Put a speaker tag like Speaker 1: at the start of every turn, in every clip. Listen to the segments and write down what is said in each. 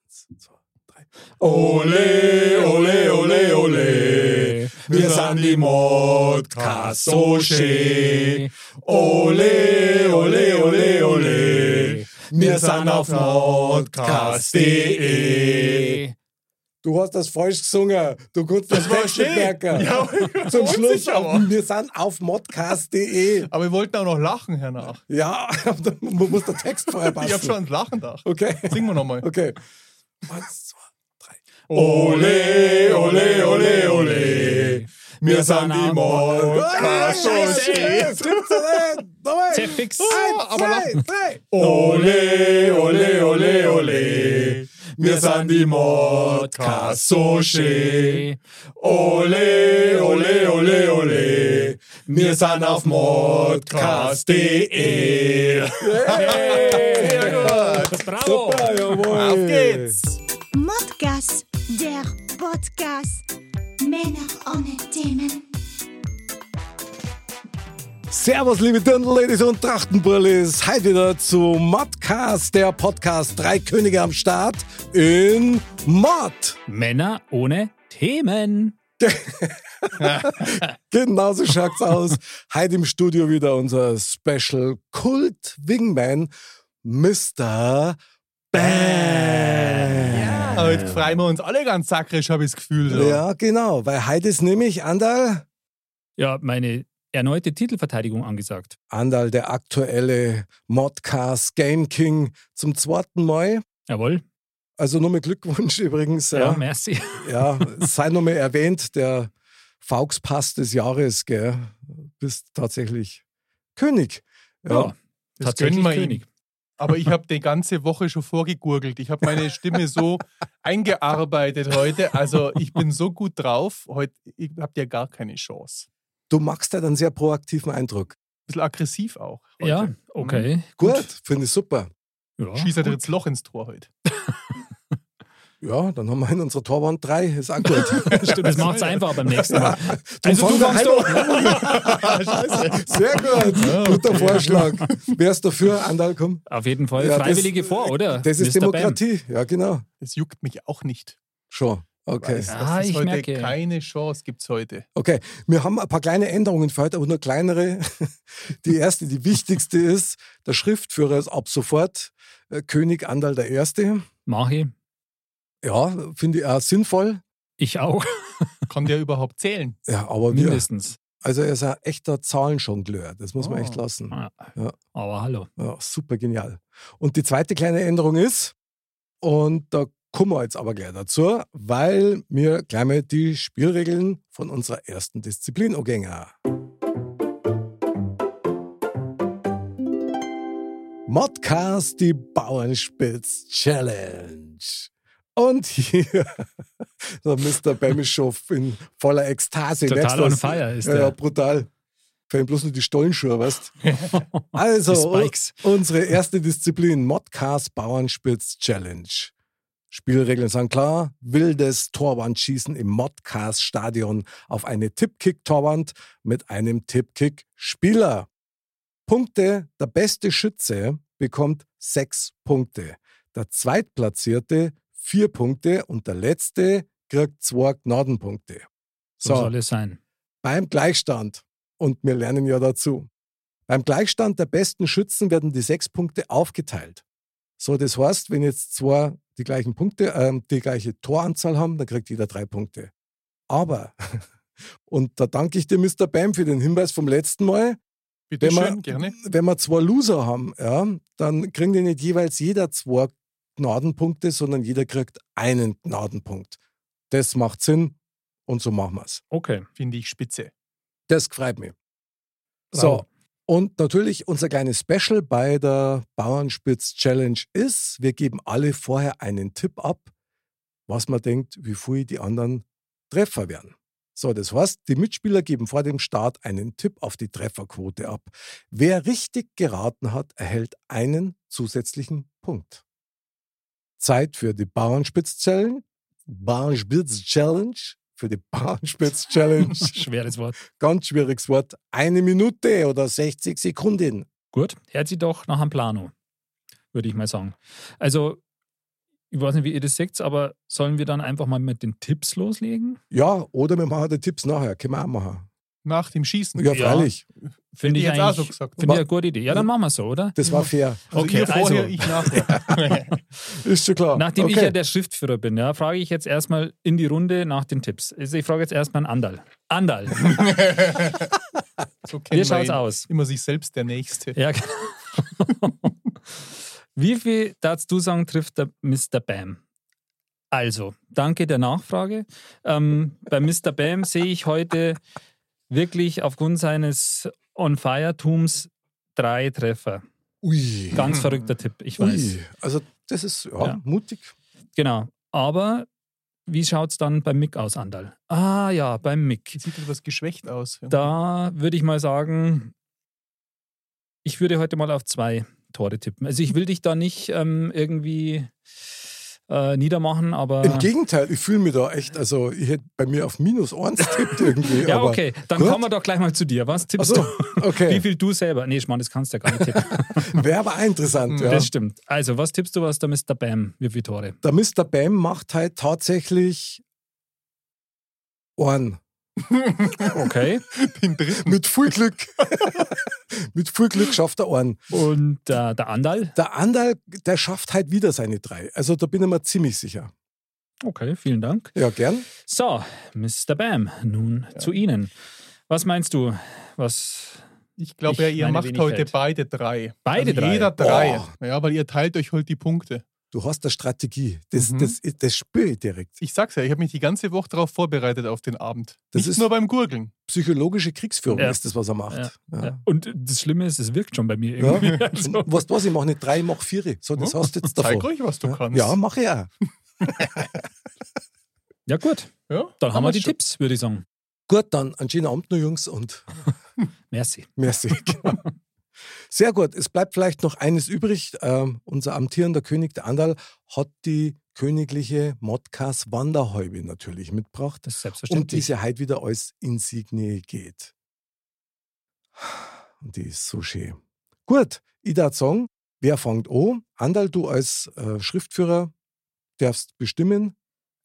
Speaker 1: Eins, zwei, drei. Ole, ole, ole, ole. Wir sind die Modcast so schön. Ole, ole, ole, ole. Wir sind auf modcast.de. Du hast das falsch gesungen. Du kannst das falsch nicht merken.
Speaker 2: Ja,
Speaker 1: Zum Schluss,
Speaker 2: aber.
Speaker 1: wir sind auf modcast.de.
Speaker 2: aber wir wollten auch noch lachen hernach.
Speaker 1: Ja, man muss der Text vorher passen.
Speaker 2: Ich hab schon ans Lachen gedacht.
Speaker 1: Okay.
Speaker 2: Singen wir nochmal.
Speaker 1: Okay. Eins, zwei, drei. Ole, ole, ole, ole. Wir sind die Mordkaschosche.
Speaker 3: Sehr fix.
Speaker 1: Oh, Aber lachen. Ole, ole, ole, ole. Wir sind die Mordkaschosche. Ole, ole, ole, ole. Wir sind auf mordcast.de.
Speaker 2: Sehr gut.
Speaker 3: Bravo.
Speaker 1: Super, jawohl.
Speaker 2: Auf geht's.
Speaker 4: Modcast, der Podcast. e Männer ohne Themen.
Speaker 1: Servus, liebe Dirndl-Ladies und Trachtenbrillis. Heute wieder zu Modcast, der Podcast Drei Könige am Start in Mod.
Speaker 3: Männer ohne Themen.
Speaker 1: Genauso Genau schaut's aus. Heute im Studio wieder unser Special Kult Wingman, Mr. Bam.
Speaker 2: Aber jetzt freuen wir uns alle ganz sakrisch, habe ich das Gefühl. so.
Speaker 1: Ja, genau, weil heute ist nämlich Andal,
Speaker 3: Ja, meine erneute Titelverteidigung angesagt.
Speaker 1: Andal der aktuelle Modcast Game King zum zweiten Mal.
Speaker 3: Jawohl.
Speaker 1: Also nur mit Glückwunsch übrigens.
Speaker 3: Ja, merci.
Speaker 1: Ja, sei nur mal erwähnt, der Fauxpass des Jahres, gell? Bist tatsächlich König. Ja.
Speaker 3: Ja,
Speaker 2: Das
Speaker 3: tatsächlich
Speaker 2: gönnen wir ihm.
Speaker 3: König.
Speaker 2: Aber ich habe die ganze Woche schon vorgegurgelt. Ich habe meine Stimme so eingearbeitet heute. Also ich bin so gut drauf. Heute ich- habt ihr gar keine Chance.
Speaker 1: Du machst halt einen sehr proaktiven Eindruck.
Speaker 2: Ein bisschen aggressiv auch. Heute. Mhm.
Speaker 3: Ja, okay.
Speaker 1: Gut, finde ich super.
Speaker 3: Ja.
Speaker 2: Schießt er dir jetzt Loch ins Tor heute.
Speaker 1: Ja, dann haben wir in unserer Torwand drei. Ist auch gut.
Speaker 3: Stimmt, das macht's einfach beim nächsten Mal.
Speaker 1: Also
Speaker 3: du
Speaker 1: fangst
Speaker 3: fangst
Speaker 2: Scheiße.
Speaker 1: Sehr gut.
Speaker 2: Ja, okay.
Speaker 1: Guter Vorschlag. Wer ist dafür? Andal, komm.
Speaker 3: Auf jeden Fall
Speaker 1: Ja, das-
Speaker 3: Freiwillige vor, oder?
Speaker 1: Das ist
Speaker 3: Mr. Bam.
Speaker 1: Demokratie. Ja, genau.
Speaker 2: Das juckt mich auch nicht.
Speaker 1: Schon. Okay.
Speaker 2: Weiß, dass
Speaker 3: Ah,
Speaker 2: das
Speaker 3: ich
Speaker 2: heute
Speaker 3: merke.
Speaker 2: keine Chance gibt es heute.
Speaker 1: Okay, wir haben ein paar kleine Änderungen für heute, aber nur kleinere. Die erste, die wichtigste ist, der Schriftführer ist ab sofort äh, König Andal der Erste.
Speaker 3: Mach ich.
Speaker 1: Ja, finde ich auch sinnvoll.
Speaker 3: Ich auch,
Speaker 2: Kann der überhaupt zählen?
Speaker 1: Ja, aber wir,
Speaker 3: mindestens.
Speaker 1: also er ist ein echter Zahlenjongleur, das muss man
Speaker 2: Oh.
Speaker 1: echt lassen.
Speaker 3: Ah,
Speaker 1: Ja.
Speaker 3: Aber hallo.
Speaker 1: Ja, super genial. Und die zweite kleine Änderung ist, und da kommen wir jetzt aber gleich dazu, weil wir gleich mal die Spielregeln von unserer ersten Disziplin angehen. Modcast, die Bauernspitz Challenge. Und hier, der Mr. Bemischow in voller Ekstase.
Speaker 3: Total
Speaker 1: Merkst du
Speaker 3: on
Speaker 1: das?
Speaker 3: fire ist
Speaker 1: ja, ja,
Speaker 3: der.
Speaker 1: brutal. Fällen bloß nur die Stollenschuhe, weißt Also,
Speaker 3: Die Spikes.
Speaker 1: u- unsere erste Disziplin, Modcast Bauernspitz Challenge. Spielregeln sind klar. Wildes Torwandschießen im Modcast Stadion auf eine Tippkick-Torwand mit einem Tippkick-Spieler. Punkte. Der beste Schütze bekommt sechs Punkte. Der Zweitplatzierte vier Punkte und der Letzte kriegt zwei Gnadenpunkte.
Speaker 3: So soll es sein.
Speaker 1: ähm,
Speaker 2: Bitte
Speaker 1: wenn wir,
Speaker 2: schön, gerne.
Speaker 1: wenn wir zwei Loser haben, ja, dann kriegen die nicht jeweils jeder zwei Gnadenpunkte, sondern jeder kriegt einen Gnadenpunkt. Das macht Sinn und so machen wir es.
Speaker 3: Okay.
Speaker 2: Finde ich spitze.
Speaker 1: Das freut mich. So,
Speaker 3: Bravo.
Speaker 1: und natürlich unser kleines Special bei der Bauernspitz Challenge ist, wir geben alle vorher einen Tipp ab, was man denkt, wie viel die anderen Treffer werden. So, das heißt, die Mitspieler geben vor dem Start einen Tipp auf die Trefferquote ab. Wer richtig geraten hat, erhält einen zusätzlichen Punkt. Zeit für die Bauernspitz Challenge. Bauernspitz Challenge. Für die Bauernspitz Challenge
Speaker 3: Schweres Wort.
Speaker 1: ganz schwieriges Wort, eine Minute oder 60 Sekunden.
Speaker 3: Gut, hört sie doch nach einem Plano, würde ich mal sagen. Also, Ich weiß nicht, wie ihr das seht, aber sollen wir dann einfach mal mit den Tipps loslegen?
Speaker 1: Ja, oder wir machen halt die Tipps nachher. Können wir auch machen.
Speaker 2: nach dem Schießen. Also,
Speaker 1: Ja,
Speaker 3: Ja.
Speaker 1: freilich.
Speaker 3: Finde
Speaker 2: ich
Speaker 3: ich
Speaker 2: jetzt auch
Speaker 3: eigentlich
Speaker 2: so gesagt.
Speaker 3: Finde ich eine gute Idee. Ja, dann machen wir so, oder?
Speaker 1: Das war fair.
Speaker 2: Also
Speaker 3: okay,
Speaker 2: ihr vorher,
Speaker 3: also.
Speaker 2: ich nachher.
Speaker 1: Ist schon klar.
Speaker 3: Nachdem ich
Speaker 1: okay.
Speaker 3: ja der Schriftführer bin, ja, frage ich jetzt erstmal in die Runde nach den Tipps. Also ich frage jetzt erstmal an Andal. Andal,
Speaker 2: so kennen
Speaker 3: wie
Speaker 2: wir
Speaker 3: schaut's
Speaker 2: ihn.
Speaker 3: aus?
Speaker 2: Immer sich selbst der Nächste.
Speaker 3: Ja, genau. Wie viel, darfst du sagen, trifft der Mr. Bam? Also, danke der Nachfrage. Ähm, bei Mr. Bam sehe ich heute wirklich aufgrund seines On-Fire-Tums drei Treffer.
Speaker 1: Ui.
Speaker 3: Ganz verrückter Tipp, ich weiß.
Speaker 1: Ui. Also, das ist ja,
Speaker 3: Ja.
Speaker 1: mutig.
Speaker 3: Genau. Aber wie schaut es dann beim Mick aus, Andal? Ah ja, beim Mick.
Speaker 2: Sieht etwas geschwächt aus.
Speaker 3: Da würde ich mal sagen, ich würde heute mal auf zwei Tore tippen. Also ich will dich da nicht ähm, irgendwie äh, niedermachen, aber.
Speaker 1: Im Gegenteil, ich fühle mich da echt, also ich hätte bei mir auf minus eins tippt irgendwie.
Speaker 3: Ja,
Speaker 1: aber,
Speaker 3: okay. Dann
Speaker 1: Gut.
Speaker 3: kommen wir doch gleich mal zu dir. Was tippst
Speaker 1: Achso,
Speaker 3: du? Wie
Speaker 1: okay.
Speaker 3: viel du selber? Nee, Schmarrn, das kannst du ja gar nicht tippen.
Speaker 1: Wäre aber auch interessant, ja.
Speaker 3: Das stimmt. Also, was tippst du, was da Mr. Bam? Wie viele Tore?
Speaker 1: Der Mr. Bam macht halt tatsächlich Ohren.
Speaker 3: Okay.
Speaker 2: Den dritten.
Speaker 1: Mit viel Glück. Mit viel Glück schafft er Ohren.
Speaker 3: Und äh, der Andal?
Speaker 1: Der Andal, der schafft halt wieder seine drei. Also da bin ich mir ziemlich sicher.
Speaker 3: Okay, vielen Dank.
Speaker 1: Ja, gern.
Speaker 3: So, Mr. Bam, nun zu Ihnen. Was meinst du? Was.
Speaker 2: Ich glaube, ja,
Speaker 3: Ich-
Speaker 2: ihr
Speaker 3: meine
Speaker 2: macht
Speaker 3: Wenigkeit.
Speaker 2: heute beide drei. Also
Speaker 3: Beide drei?
Speaker 2: Jeder drei.
Speaker 1: Boah.
Speaker 2: Ja, weil ihr teilt euch halt die Punkte.
Speaker 1: Du hast eine Strategie. Das,
Speaker 2: Mhm.
Speaker 1: das, das spüre ich direkt.
Speaker 2: Ich sag's ja, ich habe mich die ganze Woche darauf vorbereitet auf den Abend.
Speaker 1: Das
Speaker 2: Nicht
Speaker 1: ist-
Speaker 2: nur beim Gurgeln.
Speaker 1: Psychologische Kriegsführung
Speaker 3: Ja.
Speaker 1: ist das, was er macht. Ja.
Speaker 3: Ja. äh, Und das Schlimme ist, es wirkt schon bei mir
Speaker 1: Ja.
Speaker 3: irgendwie. Also,
Speaker 1: Und Weißt du was, ich mache nicht drei, ich mache vier. So, das
Speaker 2: Ja.
Speaker 1: hast du jetzt
Speaker 2: Zeig
Speaker 1: davon.
Speaker 2: euch, was du kannst.
Speaker 1: Ja, mache ich auch.
Speaker 3: ja, gut.
Speaker 2: Ja,
Speaker 3: Dann haben wir die
Speaker 2: schon.
Speaker 3: Tipps, würde ich sagen.
Speaker 1: Gut, dann an Gina Amt noch, Jungs, und
Speaker 3: Merci.
Speaker 1: merci. Sehr gut. Es bleibt vielleicht noch eines übrig. Ähm, unser amtierender König, der Andal, hat die königliche Modkas Wanderhäube natürlich mitgebracht.
Speaker 3: Das ist
Speaker 1: um die
Speaker 3: selbstverständlich.
Speaker 1: es ja heute wieder als Insignie geht. Und die ist so schön. Gut, Ida Song, wer fängt an? Andal, du als äh, Schriftführer darfst bestimmen.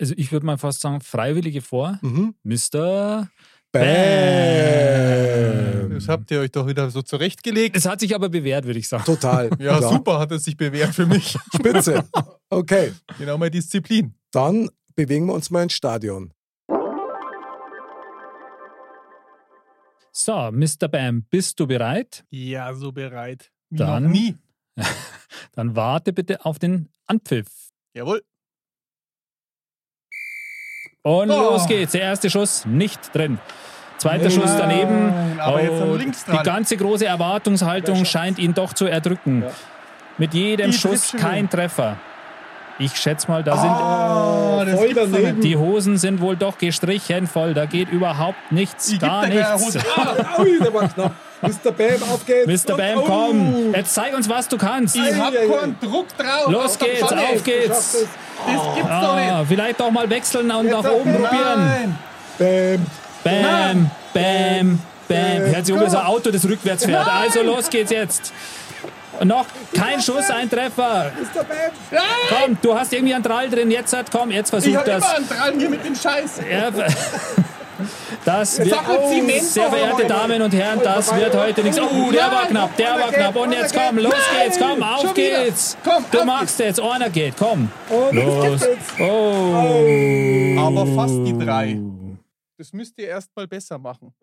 Speaker 3: also ich würde mal fast sagen, Freiwillige vor.
Speaker 1: Mhm.
Speaker 3: Mr.
Speaker 1: Bam!
Speaker 3: Bam.
Speaker 2: Das habt ihr euch doch wieder so zurechtgelegt.
Speaker 3: Es hat sich aber bewährt, würde ich sagen.
Speaker 1: Total.
Speaker 2: Ja, super hat es sich bewährt für mich.
Speaker 1: Spitze. Okay,
Speaker 2: genau meine Disziplin.
Speaker 1: dann bewegen wir uns mal ins Stadion.
Speaker 3: So, Mr. Bam, bist du bereit?
Speaker 2: Ja, so bereit. Wie
Speaker 3: Dann-
Speaker 2: noch nie.
Speaker 3: Dann warte bitte auf den Anpfiff.
Speaker 2: Jawohl.
Speaker 3: Und
Speaker 2: Oh.
Speaker 3: los geht's. Der erste Schuss nicht drin. Zweiter Schuss daneben.
Speaker 2: Nein, Aber jetzt
Speaker 3: Oh,
Speaker 2: am links
Speaker 3: die
Speaker 2: dran.
Speaker 3: ganze große
Speaker 2: Ja,
Speaker 3: Erwartungshaltung
Speaker 2: schon.
Speaker 3: scheint ihn doch zu erdrücken.
Speaker 2: Ja.
Speaker 3: Mit jedem
Speaker 2: Die
Speaker 3: Schuss
Speaker 2: Trittschüttel.
Speaker 3: kein Treffer. Ich schätze mal, da sind
Speaker 2: Ah, das
Speaker 1: Voll
Speaker 2: gibt's doch nicht.
Speaker 1: daneben.
Speaker 3: Die Hosen sind wohl doch gestrichen voll. Da geht überhaupt nichts.
Speaker 2: Die
Speaker 3: gar
Speaker 2: gibt ja keine
Speaker 3: nichts.
Speaker 2: Hose. Ah,
Speaker 1: Ui, der war knapp. Mr. Bam, auf geht's.
Speaker 3: Mr. Bam, komm. Jetzt zeig uns, was du kannst.
Speaker 2: Oh. Ich hab
Speaker 1: Ei, ei, ei.
Speaker 2: keinen Druck drauf.
Speaker 3: Los
Speaker 2: Auf der
Speaker 3: geht's,
Speaker 2: Pfanne.
Speaker 3: auf geht's.
Speaker 2: Das gibt's doch nicht.
Speaker 3: Ah, vielleicht auch mal wechseln und nach
Speaker 1: auf
Speaker 3: oben
Speaker 1: den
Speaker 3: probieren.
Speaker 2: Nein.
Speaker 1: Bam.
Speaker 3: Bam, bam, bam. Hört sich um,
Speaker 2: Komm.
Speaker 3: das ist ein Auto, das rückwärts fährt. Also los geht's jetzt. Noch kein Schuss, ein Treffer.
Speaker 1: Mr. Bam.
Speaker 3: Komm, du hast irgendwie einen Drall drin. Jetzt hat, komm, jetzt
Speaker 2: Ich
Speaker 3: versuch
Speaker 2: hab immer
Speaker 3: das.
Speaker 2: einen Drang hier mit dem Scheiß.
Speaker 3: Er- Das wird,
Speaker 2: sag mal, Zement
Speaker 3: sehr
Speaker 2: doch
Speaker 3: verehrte
Speaker 2: einmal.
Speaker 3: Damen und Herren, das wird heute nichts. Oh, der war
Speaker 2: Nein,
Speaker 3: knapp, der
Speaker 2: einer
Speaker 3: war
Speaker 2: geht,
Speaker 3: knapp. Und
Speaker 2: einer
Speaker 3: jetzt
Speaker 2: geht.
Speaker 3: komm, los
Speaker 2: Nein,
Speaker 3: geht's, komm, auf
Speaker 2: schon wieder.
Speaker 3: geht's.
Speaker 2: Komm,
Speaker 3: Du
Speaker 2: auf
Speaker 3: machst jetzt, einer geht, komm. Los. Oh.
Speaker 2: Aber fast die drei. Das müsst ihr erstmal besser machen.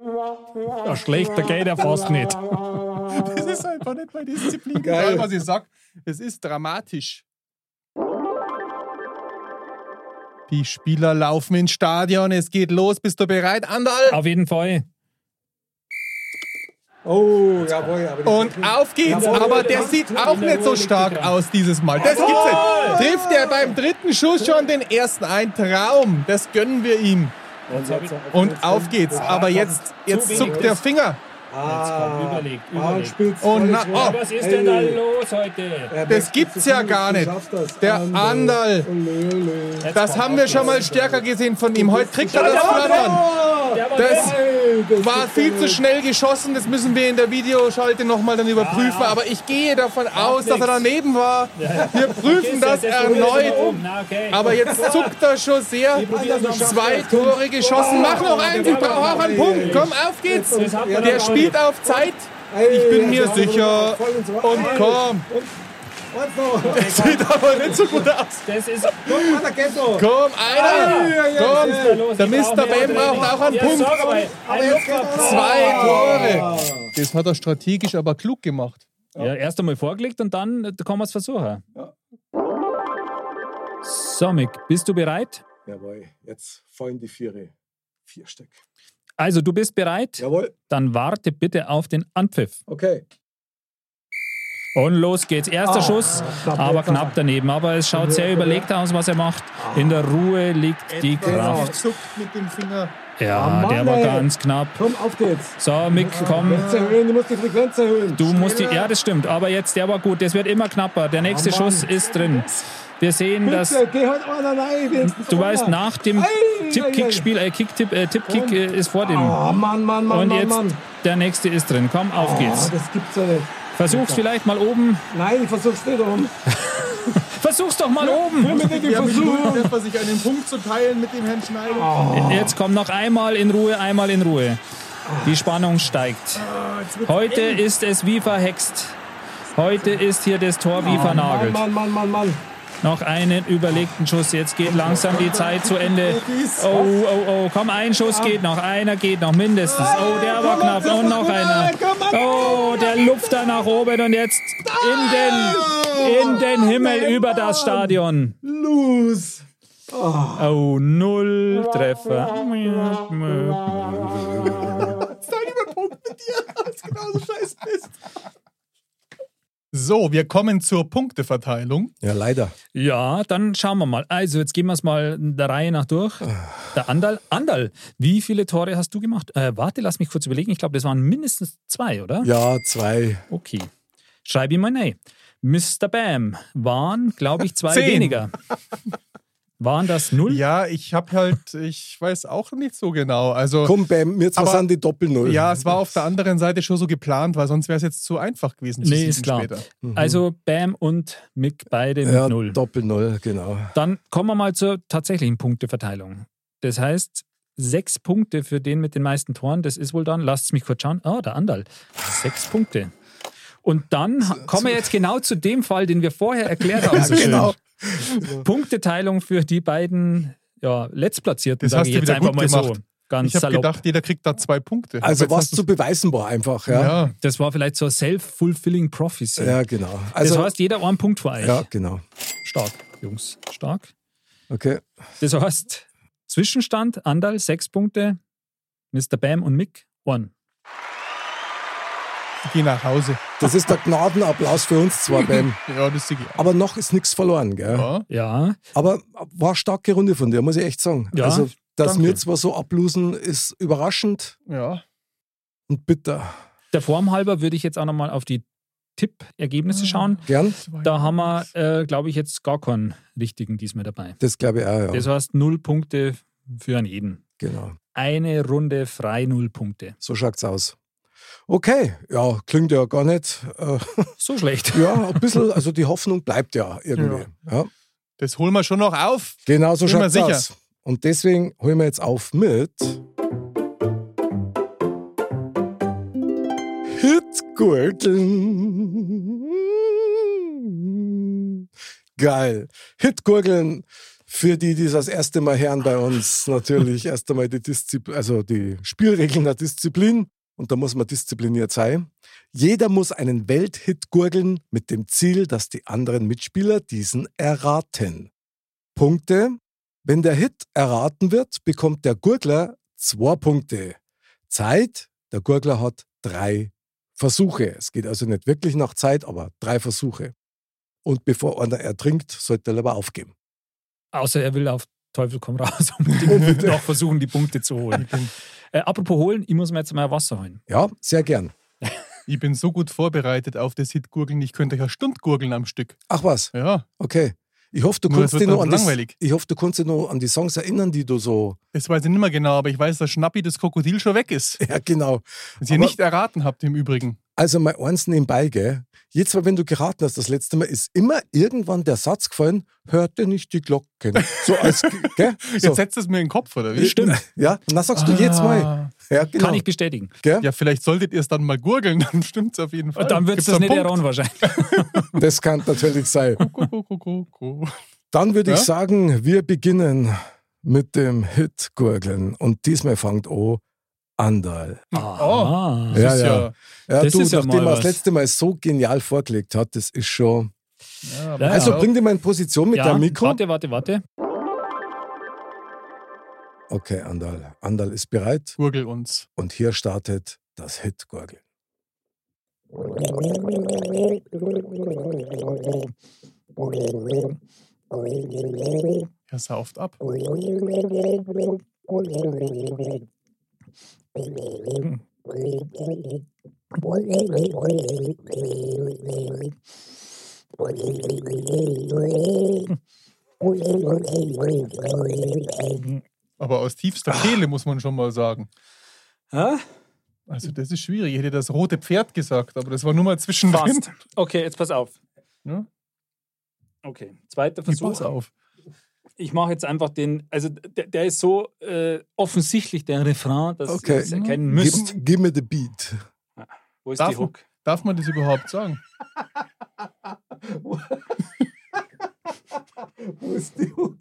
Speaker 3: Ja, schlechter geht er fast nicht.
Speaker 2: Das ist einfach nicht meine Disziplin.
Speaker 1: Geil.
Speaker 2: Egal, was ich sag, es ist dramatisch. Die Spieler laufen ins Stadion. Es geht los. Bist du bereit, Andal?
Speaker 3: Auf jeden Fall.
Speaker 1: Oh, jawohl. aber das-
Speaker 2: Und auf geht's.
Speaker 1: Jawohl,
Speaker 2: Aber
Speaker 1: der
Speaker 2: der
Speaker 1: macht
Speaker 2: sieht
Speaker 3: drin,
Speaker 2: auch
Speaker 3: der
Speaker 2: nicht so
Speaker 3: holt richtig
Speaker 2: stark
Speaker 3: dran.
Speaker 2: aus dieses Mal. Das gibt's nicht. Trifft er beim dritten Schuss schon den ersten ein Traum. Das gönnen wir ihm. Und auf geht's. Aber jetzt, jetzt
Speaker 3: wenig
Speaker 2: zuckt der
Speaker 3: Riss.
Speaker 2: Finger. Ah,
Speaker 3: komm, überleg, überleg.
Speaker 1: Spitz,
Speaker 2: Oh, na, oh.
Speaker 3: Was ist denn da los heute?
Speaker 2: Das gibt's ja gar nicht. Der Andal.
Speaker 3: Jetzt
Speaker 2: Das
Speaker 3: komm,
Speaker 2: haben wir
Speaker 3: auf
Speaker 2: schon mal
Speaker 3: geht's.
Speaker 2: stärker gesehen von ihm. Heute kriegt er das von anderen. Ja, das war viel zu schnell geschossen. Das müssen wir in der Videoschalte nochmal dann überprüfen. Aber ich gehe davon aus, dass er daneben war. Wir prüfen das erneut. Aber jetzt zuckt er schon sehr. Zwei Tore geschossen. Mach noch eins. Ich brauche auch einen Punkt. Komm, auf geht's. Der spielt auf Zeit. Ich bin mir sicher. Und komm. Der sieht aber nicht so gut aus.
Speaker 5: Das ist
Speaker 2: Komm,
Speaker 5: Ah,
Speaker 2: einer! Komm! Der Mr. Ben braucht auch einen Punkt. Zwei
Speaker 5: Ah.
Speaker 2: Tore! Das hat er strategisch aber klug gemacht.
Speaker 3: Ja, erst einmal vorgelegt und dann äh, kann man es versuchen. So, Mick, bist du bereit?
Speaker 1: Jawohl, jetzt fallen die Viere. Vier Stück.
Speaker 3: Also, du bist bereit?
Speaker 1: Jawohl,
Speaker 3: Dann warte bitte auf den Anpfiff.
Speaker 1: okay.
Speaker 3: Und los geht's. Erster
Speaker 5: Ah,
Speaker 3: Schuss, aber knapp daneben. Aber es schaut sehr überlegt aus, was er macht. In der Ruhe liegt die
Speaker 2: Er
Speaker 3: Kraft.
Speaker 2: zuckt mit dem Finger.
Speaker 3: Ja,
Speaker 5: Ah, Mann,
Speaker 3: der war
Speaker 5: ey.
Speaker 3: ganz knapp.
Speaker 5: Komm, auf geht's.
Speaker 3: So, Mick, komm.
Speaker 5: Jetzt erhöhen, du musst die Frequenz erhöhen.
Speaker 3: Du musst die. Ja, das stimmt. Aber jetzt, der war gut. Das wird immer knapper. Der nächste
Speaker 5: Ah, Mann.
Speaker 3: Schuss ist drin. Wir sehen, dass.
Speaker 5: Bitte, geh halt einer rein. wenigstens
Speaker 3: Du
Speaker 5: einer.
Speaker 3: weißt, nach dem
Speaker 5: Ei, ei, ei.
Speaker 3: Tipp-Kick-Spiel, äh, Kick-Tipp, äh, Tipp-Kick äh, ist vor dem.
Speaker 5: Oh, Mann, Mann, Mann,
Speaker 3: Und
Speaker 5: Mann,
Speaker 3: jetzt
Speaker 5: Mann.
Speaker 3: der nächste ist drin. Komm, auf
Speaker 5: Ah,
Speaker 3: geht's.
Speaker 5: das gibt's ja nicht.
Speaker 3: Versuch's vielleicht mal oben.
Speaker 5: Nein, ich versuch's nicht um.
Speaker 3: Versuch's doch mal oben.
Speaker 5: Mit dem
Speaker 2: Wir haben
Speaker 5: Versuch.
Speaker 2: versucht, dass er sich einen Punkt zu teilen mit dem Herrn
Speaker 5: Ah,
Speaker 2: Schneider.
Speaker 3: Jetzt komm noch einmal in Ruhe, einmal in Ruhe.
Speaker 5: Ah.
Speaker 3: Die Spannung steigt. Heute ist es wie verhext. Heute ist hier das Tor wie vernagelt.
Speaker 5: Ah, Mann, Mann, Mann, Mann.
Speaker 3: Noch einen überlegten Schuss. Jetzt geht langsam die Zeit zu Ende. Oh, oh, oh. Komm, ein Schuss geht noch. Einer geht noch mindestens. Oh, der war knapp. Und noch einer. Oh, der luft da nach oben und jetzt in den, in den Himmel über das Stadion.
Speaker 5: Los.
Speaker 3: Oh, null Treffer.
Speaker 2: genau So, wir kommen zur Punkteverteilung.
Speaker 1: Ja, leider.
Speaker 3: Ja, dann schauen wir mal. Also, jetzt gehen wir es mal der Reihe nach durch. Der Andal, Andal, wie viele Tore hast du gemacht? Äh, warte, lass mich kurz überlegen. Ich glaube, das waren mindestens zwei, oder?
Speaker 1: Ja, zwei.
Speaker 3: Okay. Schreibe ich mal nein. Mr. Bam waren, glaube ich, zwei
Speaker 2: Zehn.
Speaker 3: weniger. Waren das null?
Speaker 2: Ja, ich habe halt, ich weiß auch nicht so genau. Also,
Speaker 1: Komm, Bam, wir zwei
Speaker 2: Aber-
Speaker 1: sind die Doppel-Null.
Speaker 2: ja, es war auf der anderen Seite schon so geplant, weil sonst wäre es jetzt zu einfach gewesen.
Speaker 3: nee,
Speaker 2: Season
Speaker 3: ist klar.
Speaker 2: Später. Mhm.
Speaker 3: Also Bam und Mick beide mit
Speaker 1: ja,
Speaker 3: null.
Speaker 1: Doppel-Null, genau.
Speaker 3: Dann kommen wir mal zur tatsächlichen Punkteverteilung. Das heißt, sechs Punkte für den mit den meisten Toren, das ist wohl dann, lasst mich kurz schauen, ah, der Andal, sechs Punkte. Und dann ha- kommen wir jetzt genau zu dem Fall, den wir vorher erklärt haben. So
Speaker 1: genau.
Speaker 3: schön. Punkteteilung für die beiden ja, Letztplatzierten,
Speaker 2: Das
Speaker 3: sage
Speaker 2: hast
Speaker 3: ich
Speaker 2: du
Speaker 3: jetzt
Speaker 2: wieder
Speaker 3: einfach
Speaker 2: gut
Speaker 3: mal so.
Speaker 2: gemacht.
Speaker 3: Ganz
Speaker 2: Ich habe
Speaker 3: salopp.
Speaker 2: gedacht, jeder kriegt da zwei Punkte.
Speaker 1: Also,
Speaker 2: Aber
Speaker 1: was
Speaker 2: jetzt
Speaker 1: zu beweisen war einfach, ja.
Speaker 2: hast du- Ja,
Speaker 3: Das war vielleicht so self-fulfilling prophecy.
Speaker 1: Ja, genau.
Speaker 3: das
Speaker 1: Also,
Speaker 3: heißt, jeder einen Punkt für euch.
Speaker 1: ja, genau.
Speaker 3: Stark, Jungs, stark.
Speaker 1: Okay.
Speaker 3: Das heißt, Zwischenstand, Andal, sechs Punkte, Mr. Bam und Mick, one.
Speaker 2: ich geh nach Hause.
Speaker 1: Das ist der Gnadenapplaus für uns zwar, Bam.
Speaker 2: Ja, das sehe ich auch.
Speaker 1: Aber noch ist nichts verloren, gell?
Speaker 2: Ja.
Speaker 3: Ja,
Speaker 1: Aber war eine starke Runde von dir, muss ich echt sagen.
Speaker 3: Ja,
Speaker 1: also, dass
Speaker 3: danke.
Speaker 1: wir zwar so ablosen, ist überraschend
Speaker 2: ja.
Speaker 1: und bitter.
Speaker 3: der Form halber würde ich jetzt auch nochmal auf die
Speaker 2: Ah.
Speaker 3: Tippergebnisse schauen.
Speaker 1: Gern?
Speaker 3: Da haben wir, äh, glaube ich, jetzt gar keinen richtigen diesmal dabei.
Speaker 1: Das glaube ich auch, ja.
Speaker 3: Das heißt, null Punkte für einen jeden.
Speaker 1: genau.
Speaker 3: Eine Runde frei null Punkte.
Speaker 1: So schaut's aus. Okay, ja, klingt ja gar nicht. Äh,
Speaker 3: So schlecht.
Speaker 1: ja, ein bisschen, also die Hoffnung bleibt ja irgendwie. Ja.
Speaker 2: Das holen wir schon noch auf.
Speaker 1: Genau so
Speaker 2: Bin mir
Speaker 1: schaut's
Speaker 2: sicher.
Speaker 1: aus. Und deswegen holen wir jetzt auf mit Hitgurgeln. Geil. Hitgurgeln für die, die das erste Mal hören bei uns, natürlich erst einmal die Disziplin, also die Spielregeln der Disziplin. Und da muss man diszipliniert sein. Jeder muss einen Welthit gurgeln mit dem Ziel, dass die anderen Mitspieler diesen erraten. Punkte. Wenn der Hit erraten wird, bekommt der Gurgler zwei Punkte. Zeit, der Gurgler hat drei Versuche. Es geht also nicht wirklich nach Zeit, aber drei Versuche. Und bevor einer ertrinkt, sollte er lieber aufgeben.
Speaker 3: Außer er will auf Teufel komm raus unbedingt noch versuchen, die Punkte zu holen. Äh, apropos holen, ich muss mir jetzt mal Wasser holen.
Speaker 1: Ja, sehr gern.
Speaker 2: Ich bin so gut vorbereitet auf das Hitgurgeln, ich könnte euch ja Stund gurgeln am Stück.
Speaker 1: Ach was,
Speaker 2: Ja,
Speaker 1: okay. Ich hoffe, du
Speaker 2: Nur,
Speaker 1: kannst
Speaker 2: das
Speaker 1: dich
Speaker 2: wird
Speaker 1: noch
Speaker 2: dann
Speaker 1: an die,
Speaker 2: langweilig.
Speaker 1: ich hoffe, du kannst dich noch an die Songs erinnern, die du so.
Speaker 2: Das weiß ich nicht mehr genau, aber ich weiß, dass Schnappi das Krokodil schon weg ist.
Speaker 1: Ja, genau.
Speaker 2: Was ihr
Speaker 1: Aber-
Speaker 2: nicht erraten habt im Übrigen.
Speaker 1: Also mal eins nebenbei, gell? Jetzt Mal, wenn du geraten hast, das letzte Mal ist immer irgendwann der Satz gefallen, hörte nicht die Glocken. So als, gell? So.
Speaker 2: Jetzt setzt es mir in den Kopf, oder wie?
Speaker 1: Ja, na sagst du jetzt mal.
Speaker 2: Ah.
Speaker 1: Ja, genau.
Speaker 3: Kann ich bestätigen.
Speaker 1: gell?
Speaker 2: Ja, vielleicht solltet ihr es dann mal gurgeln, dann stimmt's auf jeden Fall.
Speaker 3: Und dann würdest
Speaker 2: Äh, Gibt's
Speaker 3: du es
Speaker 2: einen
Speaker 3: nicht
Speaker 2: Punkt?
Speaker 3: erraten wahrscheinlich.
Speaker 1: Das kann natürlich sein.
Speaker 2: Kuckuck, kuckuck, kuckuck.
Speaker 1: Dann würde ich
Speaker 2: Ja?
Speaker 1: sagen, wir beginnen mit dem Hit Gurgeln. Und diesmal fängt an Andal.
Speaker 2: Oh.
Speaker 3: Ah.
Speaker 1: Ja,
Speaker 2: Das ist
Speaker 1: ja. Ja,
Speaker 3: Das
Speaker 1: du,
Speaker 3: ist ja
Speaker 1: nachdem er
Speaker 3: mal
Speaker 1: das
Speaker 3: was.
Speaker 1: letzte Mal so genial vorgelegt hat, das ist schon.
Speaker 2: ja,
Speaker 3: Ja,
Speaker 1: Also
Speaker 3: ja.
Speaker 1: bring dir mal in Position mit
Speaker 3: Ja,
Speaker 1: der Mikro.
Speaker 3: Warte, warte, warte.
Speaker 1: Okay, Andal. Andal ist bereit.
Speaker 2: Gurgel uns.
Speaker 1: Und hier startet das Hit Gurgeln.
Speaker 2: Ja, sauft ab. Aber aus
Speaker 1: Ah.
Speaker 2: tiefster Kehle muss man schon mal sagen.
Speaker 3: Hä?
Speaker 2: Also das ist schwierig. Ich hätte das rote Pferd gesagt, aber das war nur mal zwischendrin.
Speaker 3: Fast. Okay, jetzt pass auf.
Speaker 2: Ja?
Speaker 3: Okay, zweiter
Speaker 2: Ich
Speaker 3: Versuch.
Speaker 2: pass auf.
Speaker 3: Ich mache jetzt einfach den, also der, der ist so äh, offensichtlich der Refrain, dass
Speaker 1: Okay.
Speaker 3: ihr es erkennen müsst.
Speaker 1: Gib, gib mir the Beat.
Speaker 3: Wo ist
Speaker 2: Mhm. Darf
Speaker 3: die
Speaker 2: man-
Speaker 3: Hook?
Speaker 2: Darf man das überhaupt sagen?
Speaker 5: Wo ist die Hook?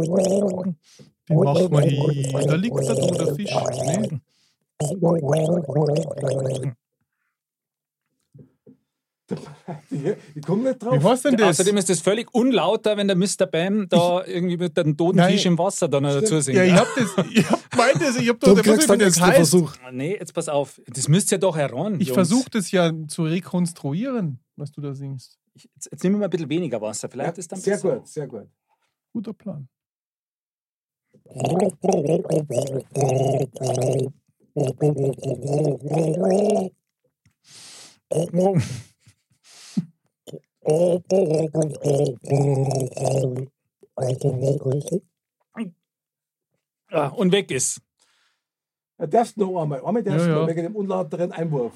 Speaker 2: Den machen wir hier. Da liegt der tote Fisch. ne? Nee?
Speaker 1: Ich komme nicht
Speaker 2: Wie war's denn das?
Speaker 3: Außerdem ist es völlig unlauter, wenn der Mr. Bam da irgendwie mit einem toten
Speaker 2: Nein.
Speaker 3: Fisch im Wasser dann noch dazu singt.
Speaker 2: Ja, ich hab das. Ich hab meint das. Ich hab
Speaker 1: Du
Speaker 2: doch
Speaker 1: kriegst dann
Speaker 2: das
Speaker 1: extra
Speaker 2: heißt.
Speaker 1: Versuch.
Speaker 3: Nee, jetzt pass auf. Das müsst ihr doch heran.
Speaker 2: Ich
Speaker 3: Jungs.
Speaker 2: versuche das ja zu rekonstruieren, was du da singst.
Speaker 3: Ich- Jetzt, jetzt nehmen wir mal ein bisschen weniger Wasser. Vielleicht ist dann
Speaker 1: sehr
Speaker 3: besser.
Speaker 1: gut, sehr gut.
Speaker 2: Guter Plan.
Speaker 3: Ah, und weg ist.
Speaker 1: Er Äh, darfst noch einmal. Einmal
Speaker 2: darfst Ja, du noch ja. wegen
Speaker 1: dem unlauteren Einwurf.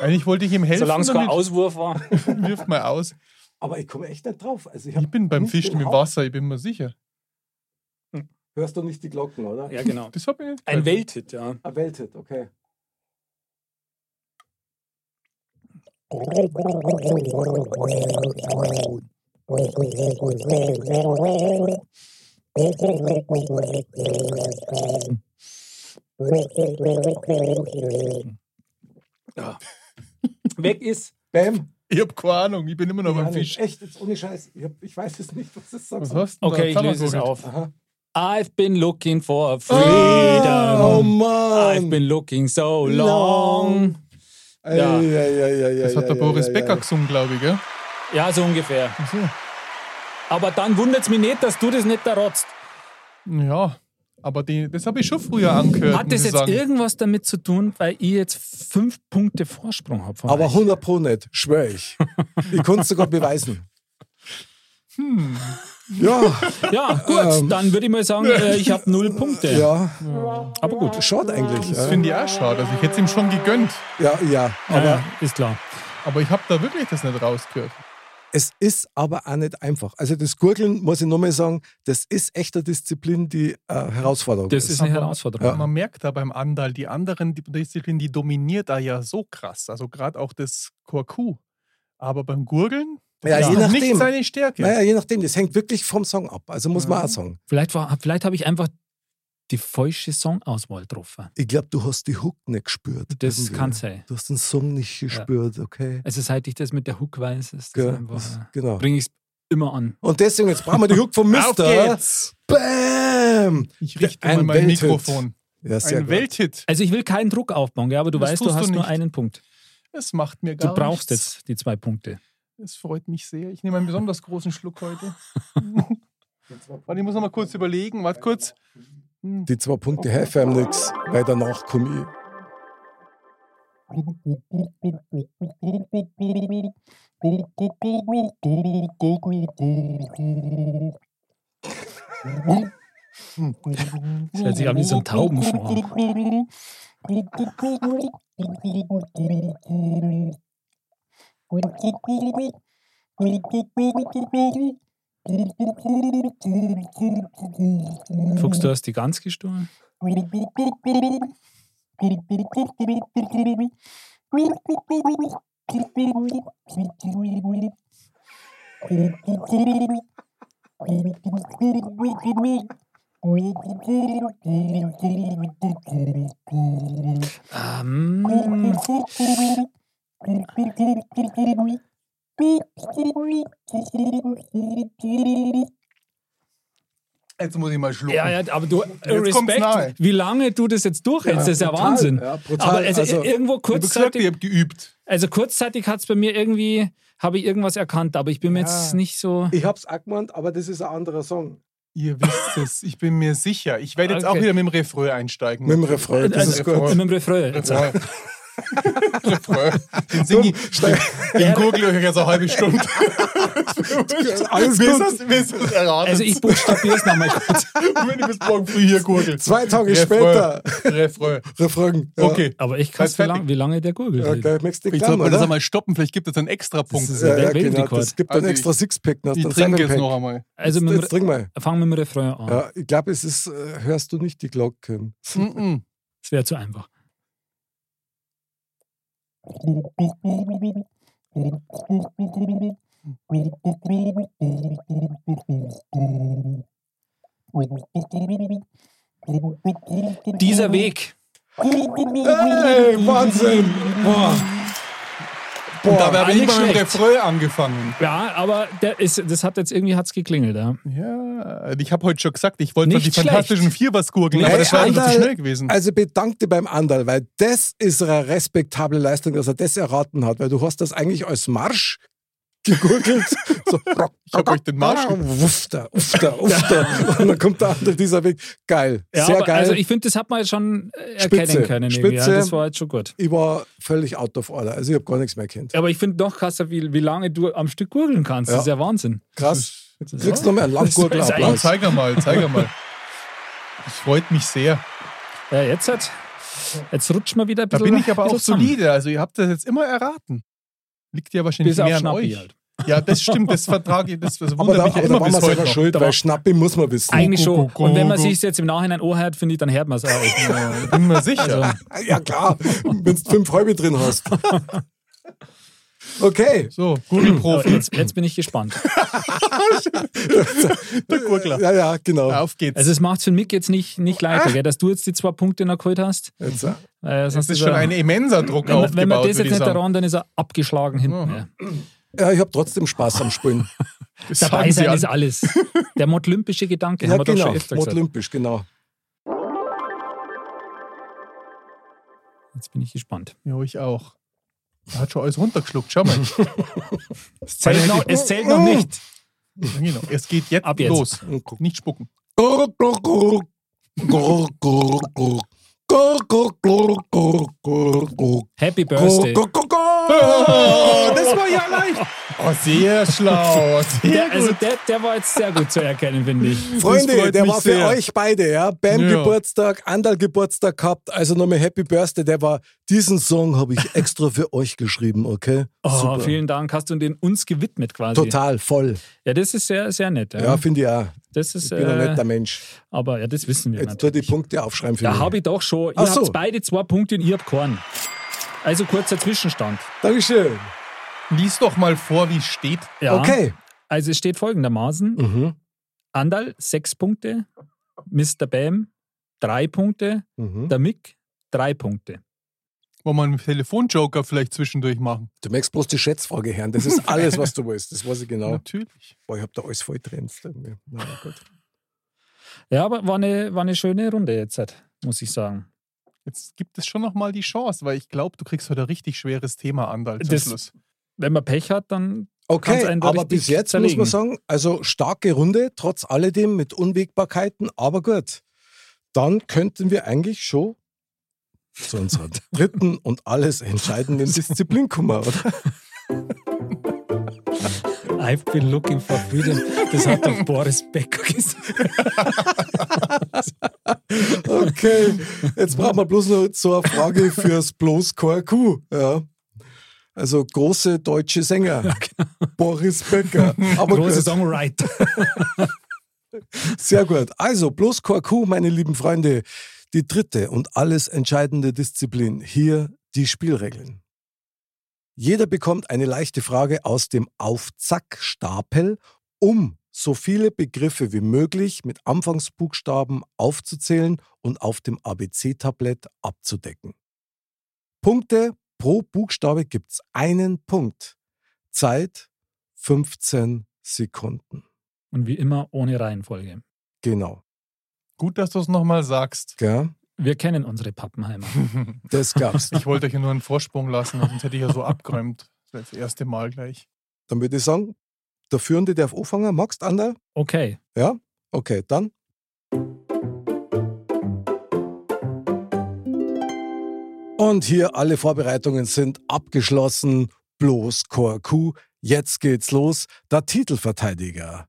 Speaker 2: Eigentlich wollte ich ihm helfen.
Speaker 3: Solange es kein
Speaker 2: damit-
Speaker 3: Auswurf war.
Speaker 2: Wirf mal aus.
Speaker 1: Aber ich komme echt nicht drauf. Also
Speaker 2: Ich bin beim Fischen im Wasser, ich bin mir sicher.
Speaker 1: Hörst du nicht die Glocken, oder?
Speaker 3: Ja, genau.
Speaker 2: Das hab ich nicht.
Speaker 3: Ein
Speaker 2: gehört.
Speaker 3: Welthit, ja.
Speaker 1: Ein Welthit, okay.
Speaker 3: Weg ist.
Speaker 1: Bam.
Speaker 2: Ich hab keine Ahnung, ich bin immer noch beim Fisch.
Speaker 1: Echt, jetzt ohne Scheiß. Ich, weiß es nicht, was das
Speaker 2: Was hast du denn da?
Speaker 3: Okay, ich löse es
Speaker 2: Zusammengurgelt.
Speaker 3: auf.
Speaker 1: Aha.
Speaker 3: I've been looking for freedom.
Speaker 1: Oh
Speaker 2: Ah,
Speaker 3: I've
Speaker 1: Mann.
Speaker 3: been looking so
Speaker 1: Long.
Speaker 3: long. Ja.
Speaker 2: Das hat der Boris Becker gesungen, glaube ich, gell?
Speaker 3: Ja, so ungefähr. Aber dann wundert es mich nicht, dass du das nicht da rotzt.
Speaker 2: Ja, aber die, das habe ich schon früher angehört.
Speaker 3: Hat
Speaker 2: muss
Speaker 3: das
Speaker 2: ich
Speaker 3: jetzt
Speaker 2: sagen.
Speaker 3: irgendwas damit zu tun, weil ich jetzt fünf Punkte Vorsprung habe?
Speaker 1: Aber 100 Pro nicht, schwör ich. Ich konnte es sogar beweisen.
Speaker 2: Hm.
Speaker 1: Ja,
Speaker 3: Ja, gut, dann würde ich mal sagen, äh, ich habe null Punkte.
Speaker 1: ja.
Speaker 3: Aber gut.
Speaker 1: Schaut eigentlich.
Speaker 2: Das
Speaker 1: Ja,
Speaker 2: finde ich auch schade. Also ich hätte es ihm schon gegönnt,
Speaker 1: ja. ja.
Speaker 3: Aber ja, ist klar.
Speaker 2: aber ich habe da wirklich das nicht rausgehört.
Speaker 1: Es ist aber auch nicht einfach. Also das Gurgeln, muss ich nochmal sagen, das ist echt eine Disziplin, die äh, Herausforderung
Speaker 3: Das
Speaker 1: ist.
Speaker 3: ist eine
Speaker 2: Aber-
Speaker 3: Herausforderung.
Speaker 2: Man merkt da beim Andal, die anderen die Disziplinen, die dominiert da ja so krass. Also gerade auch das Korku. Aber beim Gurgeln, das
Speaker 1: Ja,
Speaker 2: ist
Speaker 1: je
Speaker 2: noch nicht
Speaker 1: nachdem.
Speaker 2: seine Stärke.
Speaker 1: Naja, je nachdem, das hängt wirklich vom Song ab. Also muss
Speaker 2: Mhm.
Speaker 1: man auch sagen.
Speaker 3: Vielleicht, war- vielleicht habe ich einfach die falsche Songauswahl getroffen.
Speaker 1: Ich glaube, du hast die Hook nicht gespürt.
Speaker 3: Das
Speaker 1: irgendwie.
Speaker 3: kann sein.
Speaker 1: Du hast den Song nicht gespürt, okay?
Speaker 3: Also seit ich das mit der Hook weiß, ist das
Speaker 1: Gell?
Speaker 2: äh,
Speaker 1: Das-
Speaker 3: einfach,
Speaker 1: Genau.
Speaker 3: bringe ich es immer an.
Speaker 1: Und deswegen, jetzt brauchen wir die Hook vom
Speaker 2: Auf
Speaker 1: Mister.
Speaker 2: geht's!
Speaker 1: Bam!
Speaker 2: Ich richte
Speaker 1: Ein
Speaker 2: mal mein
Speaker 1: Welthit.
Speaker 2: Mikrofon.
Speaker 1: Ja, sehr
Speaker 2: Ein
Speaker 1: gut.
Speaker 2: Welthit.
Speaker 3: Also ich will keinen Druck aufbauen, gell? aber du
Speaker 2: Das
Speaker 3: weißt, du
Speaker 2: tust
Speaker 3: hast
Speaker 2: du
Speaker 3: nur
Speaker 2: nicht.
Speaker 3: einen Punkt.
Speaker 2: Das macht mir
Speaker 3: Du
Speaker 2: gar
Speaker 3: brauchst
Speaker 2: nichts.
Speaker 3: jetzt die zwei Punkte.
Speaker 2: Es freut mich sehr. Ich nehme einen besonders großen Schluck heute. Warte, ich muss noch mal kurz überlegen. Warte kurz.
Speaker 1: Die zwei Punkte helfen einem nichts, weil danach komme
Speaker 3: Das hört sich an wie so ein Taubenschwarm. Fuchs, du hast die Gans gestohlen? Ähm,
Speaker 2: Jetzt muss ich mal schlucken.
Speaker 3: ja, ja, aber du,
Speaker 2: Jetzt kommt's nahe.
Speaker 3: Respekt, wie lange du das jetzt durchhältst, das ist ja
Speaker 1: brutal,
Speaker 3: Wahnsinn.
Speaker 1: ja, brutal.
Speaker 3: aber also,
Speaker 1: Also,
Speaker 3: irgendwo
Speaker 2: ich habe gesagt, ich
Speaker 3: kurzzeitig,
Speaker 2: habe geübt.
Speaker 3: also kurzzeitig hat es bei mir irgendwie, habe ich irgendwas erkannt, aber ich bin mir jetzt nicht so.
Speaker 1: Ich hab's auch gemeint, aber das ist ein anderer Song.
Speaker 2: Ihr wisst es, ich bin mir sicher. Ich werde jetzt auch
Speaker 3: Okay.
Speaker 2: wieder mit dem Refrain einsteigen.
Speaker 1: Mit dem Refrain, das
Speaker 3: also
Speaker 1: ist
Speaker 2: Refrain.
Speaker 1: gut.
Speaker 3: Mit dem Refrain. Jetzt.
Speaker 2: Refrain. Refrain. Den sing ich, den gurgle ich euch jetzt eine halbe Stunde.
Speaker 1: Alles
Speaker 2: Bis
Speaker 1: gut. Also
Speaker 2: es- bis es erratet.
Speaker 3: Also ich buchstabiere es nochmal kurz.
Speaker 2: wenn ich bis morgen früh hier gurgel.
Speaker 1: Zwei Tage
Speaker 2: Refrain.
Speaker 1: später.
Speaker 2: Refrain.
Speaker 1: Refrain. Ja.
Speaker 2: Okay.
Speaker 3: Aber ich krass,
Speaker 2: Seid
Speaker 3: wie,
Speaker 2: fertig.
Speaker 3: lang, wie lange der gurgelt.
Speaker 1: Ja,
Speaker 3: Okay.
Speaker 1: gleich merkst du die
Speaker 2: Ich sollte
Speaker 1: Klammer,
Speaker 2: mal das
Speaker 1: oder?
Speaker 2: einmal stoppen, vielleicht gibt es einen extra Punkt.
Speaker 3: ist-
Speaker 2: Ja.
Speaker 1: Ja, ja,
Speaker 3: Weltrekord.
Speaker 1: genau. Das gibt dann
Speaker 2: Also ich-
Speaker 1: extra Sixpack nach
Speaker 2: Ich
Speaker 1: dem
Speaker 2: trinke jetzt
Speaker 1: Sevenpack.
Speaker 2: noch einmal.
Speaker 3: Also mit dem
Speaker 1: Jetzt trink mal.
Speaker 3: Re- fang mit dem Refrain an.
Speaker 1: Ja, ich glaube, es ist, äh, hörst du nicht die Glocken.
Speaker 2: Mm-mm.
Speaker 3: Das wäre zu einfach.
Speaker 1: Oh.
Speaker 3: Dieser Weg.
Speaker 1: Hey, Wahnsinn! Boah.
Speaker 2: Und dabei habe ich
Speaker 3: nicht
Speaker 2: mal mit dem
Speaker 3: schlecht.
Speaker 2: Refrain angefangen.
Speaker 3: Ja, aber der ist, das hat jetzt irgendwie hat's geklingelt. Ja.
Speaker 2: Ja, ich habe heute schon gesagt, ich wollte
Speaker 3: Nicht
Speaker 2: die
Speaker 3: schlecht.
Speaker 2: fantastischen vier was gurgeln, aber
Speaker 1: Hey,
Speaker 2: das war einfach zu
Speaker 1: Anderl,
Speaker 2: schnell gewesen.
Speaker 1: Äh, Also bedank dich beim Andal, weil das ist eine respektable Leistung, dass er das erraten hat, weil du hast das eigentlich als Marsch gegurgelt. So, ich
Speaker 2: hab euch den Marsch
Speaker 1: Ufter, ufter, ufter. Und dann kommt der andere dieser Weg. Geil,
Speaker 3: Ja,
Speaker 1: sehr
Speaker 3: aber
Speaker 1: geil.
Speaker 3: Also
Speaker 1: ich,
Speaker 3: ich finde, das hat man jetzt schon äh,
Speaker 1: Spitze,
Speaker 3: erkennen können. irgendwie, Ja,
Speaker 1: Spitze.
Speaker 3: das war jetzt schon gut.
Speaker 1: war völlig out of order, also ich habe gar nichts mehr kennt.
Speaker 3: Aber ich finde noch krasser, wie, wie lange du am Stück gurgeln kannst. Das ist
Speaker 1: Ja.
Speaker 3: ja Wahnsinn.
Speaker 1: Krass. Du kriegst nochmal einen
Speaker 2: Mann,
Speaker 1: Langgurgelapplaus.
Speaker 2: zeig er mal, zeig er mal. Das freut mich sehr.
Speaker 3: Ja, jetzt hat. Jetzt rutscht man wieder ein
Speaker 2: Da
Speaker 3: bisschen.
Speaker 2: bin ich aber auch
Speaker 3: bisschen zusammen.
Speaker 2: solide. Also ihr habt das jetzt immer erraten. Liegt ja wahrscheinlich
Speaker 3: Bis auf
Speaker 2: mehr an
Speaker 3: Schnappi
Speaker 2: euch.
Speaker 3: halt.
Speaker 2: Ja, das stimmt, das vertrage ich, das, das
Speaker 1: Aber
Speaker 2: wundert
Speaker 1: da,
Speaker 2: mich
Speaker 1: aber
Speaker 2: ja
Speaker 1: da
Speaker 2: immer
Speaker 1: waren wir
Speaker 2: bis heute
Speaker 1: selber
Speaker 2: noch.
Speaker 1: schuld,
Speaker 3: Da
Speaker 1: weil
Speaker 3: war-
Speaker 1: Schnappi muss man wissen.
Speaker 3: Eigentlich schon.
Speaker 2: Kuckuck,
Speaker 3: Und wenn man
Speaker 2: Kuckuck.
Speaker 3: sich jetzt im Nachhinein anhört, finde ich, dann hört man es auch. Also,
Speaker 2: Ja, bin mir sicher.
Speaker 1: Äh, Ja klar, wenn du fünf halbe drin hast. Okay.
Speaker 2: so, Gurgelprofi.
Speaker 3: Aber jetzt, jetzt bin ich gespannt.
Speaker 2: Der Gurgler.
Speaker 1: Ja, ja, genau.
Speaker 2: Auf geht's.
Speaker 3: Also es macht für mich jetzt nicht, nicht
Speaker 2: Ah.
Speaker 3: leichter, gell, dass du jetzt die zwei Punkte noch geholt hast.
Speaker 1: Jetzt, äh,
Speaker 3: Äh,
Speaker 2: das
Speaker 3: sonst
Speaker 2: ist schon
Speaker 3: er-
Speaker 2: ein immenser Druck
Speaker 3: wenn, man-
Speaker 2: aufgebaut,
Speaker 3: wenn man das
Speaker 2: würde
Speaker 3: jetzt
Speaker 2: ich
Speaker 3: nicht
Speaker 2: sagen.
Speaker 3: daran, dann ist er abgeschlagen hinten. Ja.
Speaker 1: ja, ich habe trotzdem Spaß am Spielen.
Speaker 2: Das
Speaker 3: Dabei
Speaker 2: sagen sie
Speaker 3: sein
Speaker 2: alle.
Speaker 3: ist alles. Der modlympische Gedanke
Speaker 1: ja,
Speaker 3: haben wir doch
Speaker 1: genau.
Speaker 3: schon öfter gesagt.
Speaker 1: Olympisch, genau.
Speaker 3: Jetzt bin ich gespannt.
Speaker 2: Ja, ich auch. Er hat schon alles runtergeschluckt, schau mal.
Speaker 3: Es zählt noch, es zählt noch nicht.
Speaker 2: genau. Es geht jetzt,
Speaker 3: Ab jetzt.
Speaker 2: los. Nicht spucken.
Speaker 3: Happy Birthday.
Speaker 2: Oh, das war ja leicht. Oh, sehr schlau. Sehr
Speaker 3: Der, also
Speaker 2: gut.
Speaker 3: der, der war jetzt sehr gut zu erkennen, finde ich.
Speaker 1: Freunde,
Speaker 2: freut
Speaker 1: der
Speaker 2: mich
Speaker 1: war für
Speaker 2: sehr.
Speaker 1: euch beide, ja. Bam
Speaker 2: Ja.
Speaker 1: Geburtstag, Andal Geburtstag gehabt, also nochmal Happy Birthday. Der war, diesen Song habe ich extra für euch geschrieben, okay?
Speaker 3: Oh, vielen Dank. Hast du den uns gewidmet quasi?
Speaker 1: Total, voll.
Speaker 3: Ja, das ist sehr, sehr nett. Ja.
Speaker 1: Ja, finde ich auch.
Speaker 3: das ist,
Speaker 1: Ich bin ein
Speaker 3: äh,
Speaker 1: netter Mensch.
Speaker 3: aber ja, das wissen wir
Speaker 1: Jetzt tu die
Speaker 3: natürlich.
Speaker 1: Punkte aufschreiben für
Speaker 3: Da
Speaker 1: mich.
Speaker 3: habe ich doch schon.
Speaker 1: Ach
Speaker 3: Ihr
Speaker 1: so.
Speaker 3: habt beide zwei Punkte und ihr habt keinen. Also kurzer Zwischenstand.
Speaker 1: Dankeschön.
Speaker 2: Lies doch mal vor, wie es steht.
Speaker 3: Ja.
Speaker 1: Okay.
Speaker 3: Also es steht folgendermaßen.
Speaker 1: Mhm.
Speaker 3: Andal sechs Punkte, Mr. Bam drei Punkte,
Speaker 1: Mhm.
Speaker 3: der Mick drei Punkte.
Speaker 2: Wollen wir einen Telefonjoker vielleicht zwischendurch machen?
Speaker 1: Du merkst bloß die Schätzfrage, Herrn. Das ist alles, was du willst. Das weiß ich genau.
Speaker 2: Natürlich.
Speaker 1: Boah, ich habe da alles voll trenzt. irgendwie. Na ja, gut.
Speaker 3: Ja, aber war eine, war eine schöne Runde jetzt, halt, muss ich sagen.
Speaker 2: Jetzt gibt es schon nochmal die Chance, weil ich glaube, du kriegst heute ein richtig schweres Thema an, zum
Speaker 3: Das-
Speaker 2: Schluss.
Speaker 3: Wenn man Pech hat, dann Kann's
Speaker 1: Okay,
Speaker 3: einen da
Speaker 1: aber
Speaker 3: richtig
Speaker 1: bis jetzt muss
Speaker 3: zerlegen.
Speaker 1: man sagen, also starke Runde, trotz alledem mit Unwägbarkeiten, aber gut. Dann könnten wir eigentlich schon zu unserer dritten und alles entscheidenden Disziplin kommen, oder?
Speaker 3: I've been looking for freedom. Das hat doch Boris Becker gesagt.
Speaker 1: Okay, jetzt brauchen wir bloß noch so eine Frage fürs bloß KQ. Ja. Also große deutsche Sänger, Boris Becker. Aber
Speaker 3: Große
Speaker 1: gut.
Speaker 3: Songwriter.
Speaker 1: Sehr gut. Also, bloß Korku, meine lieben Freunde. Die dritte und alles entscheidende Disziplin. Hier die Spielregeln. Jeder bekommt eine leichte Frage aus dem Aufzack-Stapel, um so viele Begriffe wie möglich mit Anfangsbuchstaben aufzuzählen und auf dem ABC-Tablett abzudecken. Punkte pro Buchstabe gibt's einen Punkt. Zeit 15 Sekunden.
Speaker 3: Und wie immer ohne Reihenfolge.
Speaker 1: Genau.
Speaker 2: Gut, dass du es nochmal sagst.
Speaker 1: Gell?
Speaker 3: Wir kennen unsere Pappenheimer.
Speaker 1: Das gab's.
Speaker 2: Ich wollte euch ja nur einen Vorsprung lassen, sonst hätte ich ja so abgeräumt. Das wäre das erste Mal gleich.
Speaker 1: Dann würde ich sagen, der Führende darf anfangen. Magst Ander?
Speaker 3: Okay.
Speaker 1: Ja? Okay, dann. Und hier alle Vorbereitungen sind abgeschlossen. Bloß Korku. Jetzt geht's los. Der Titelverteidiger.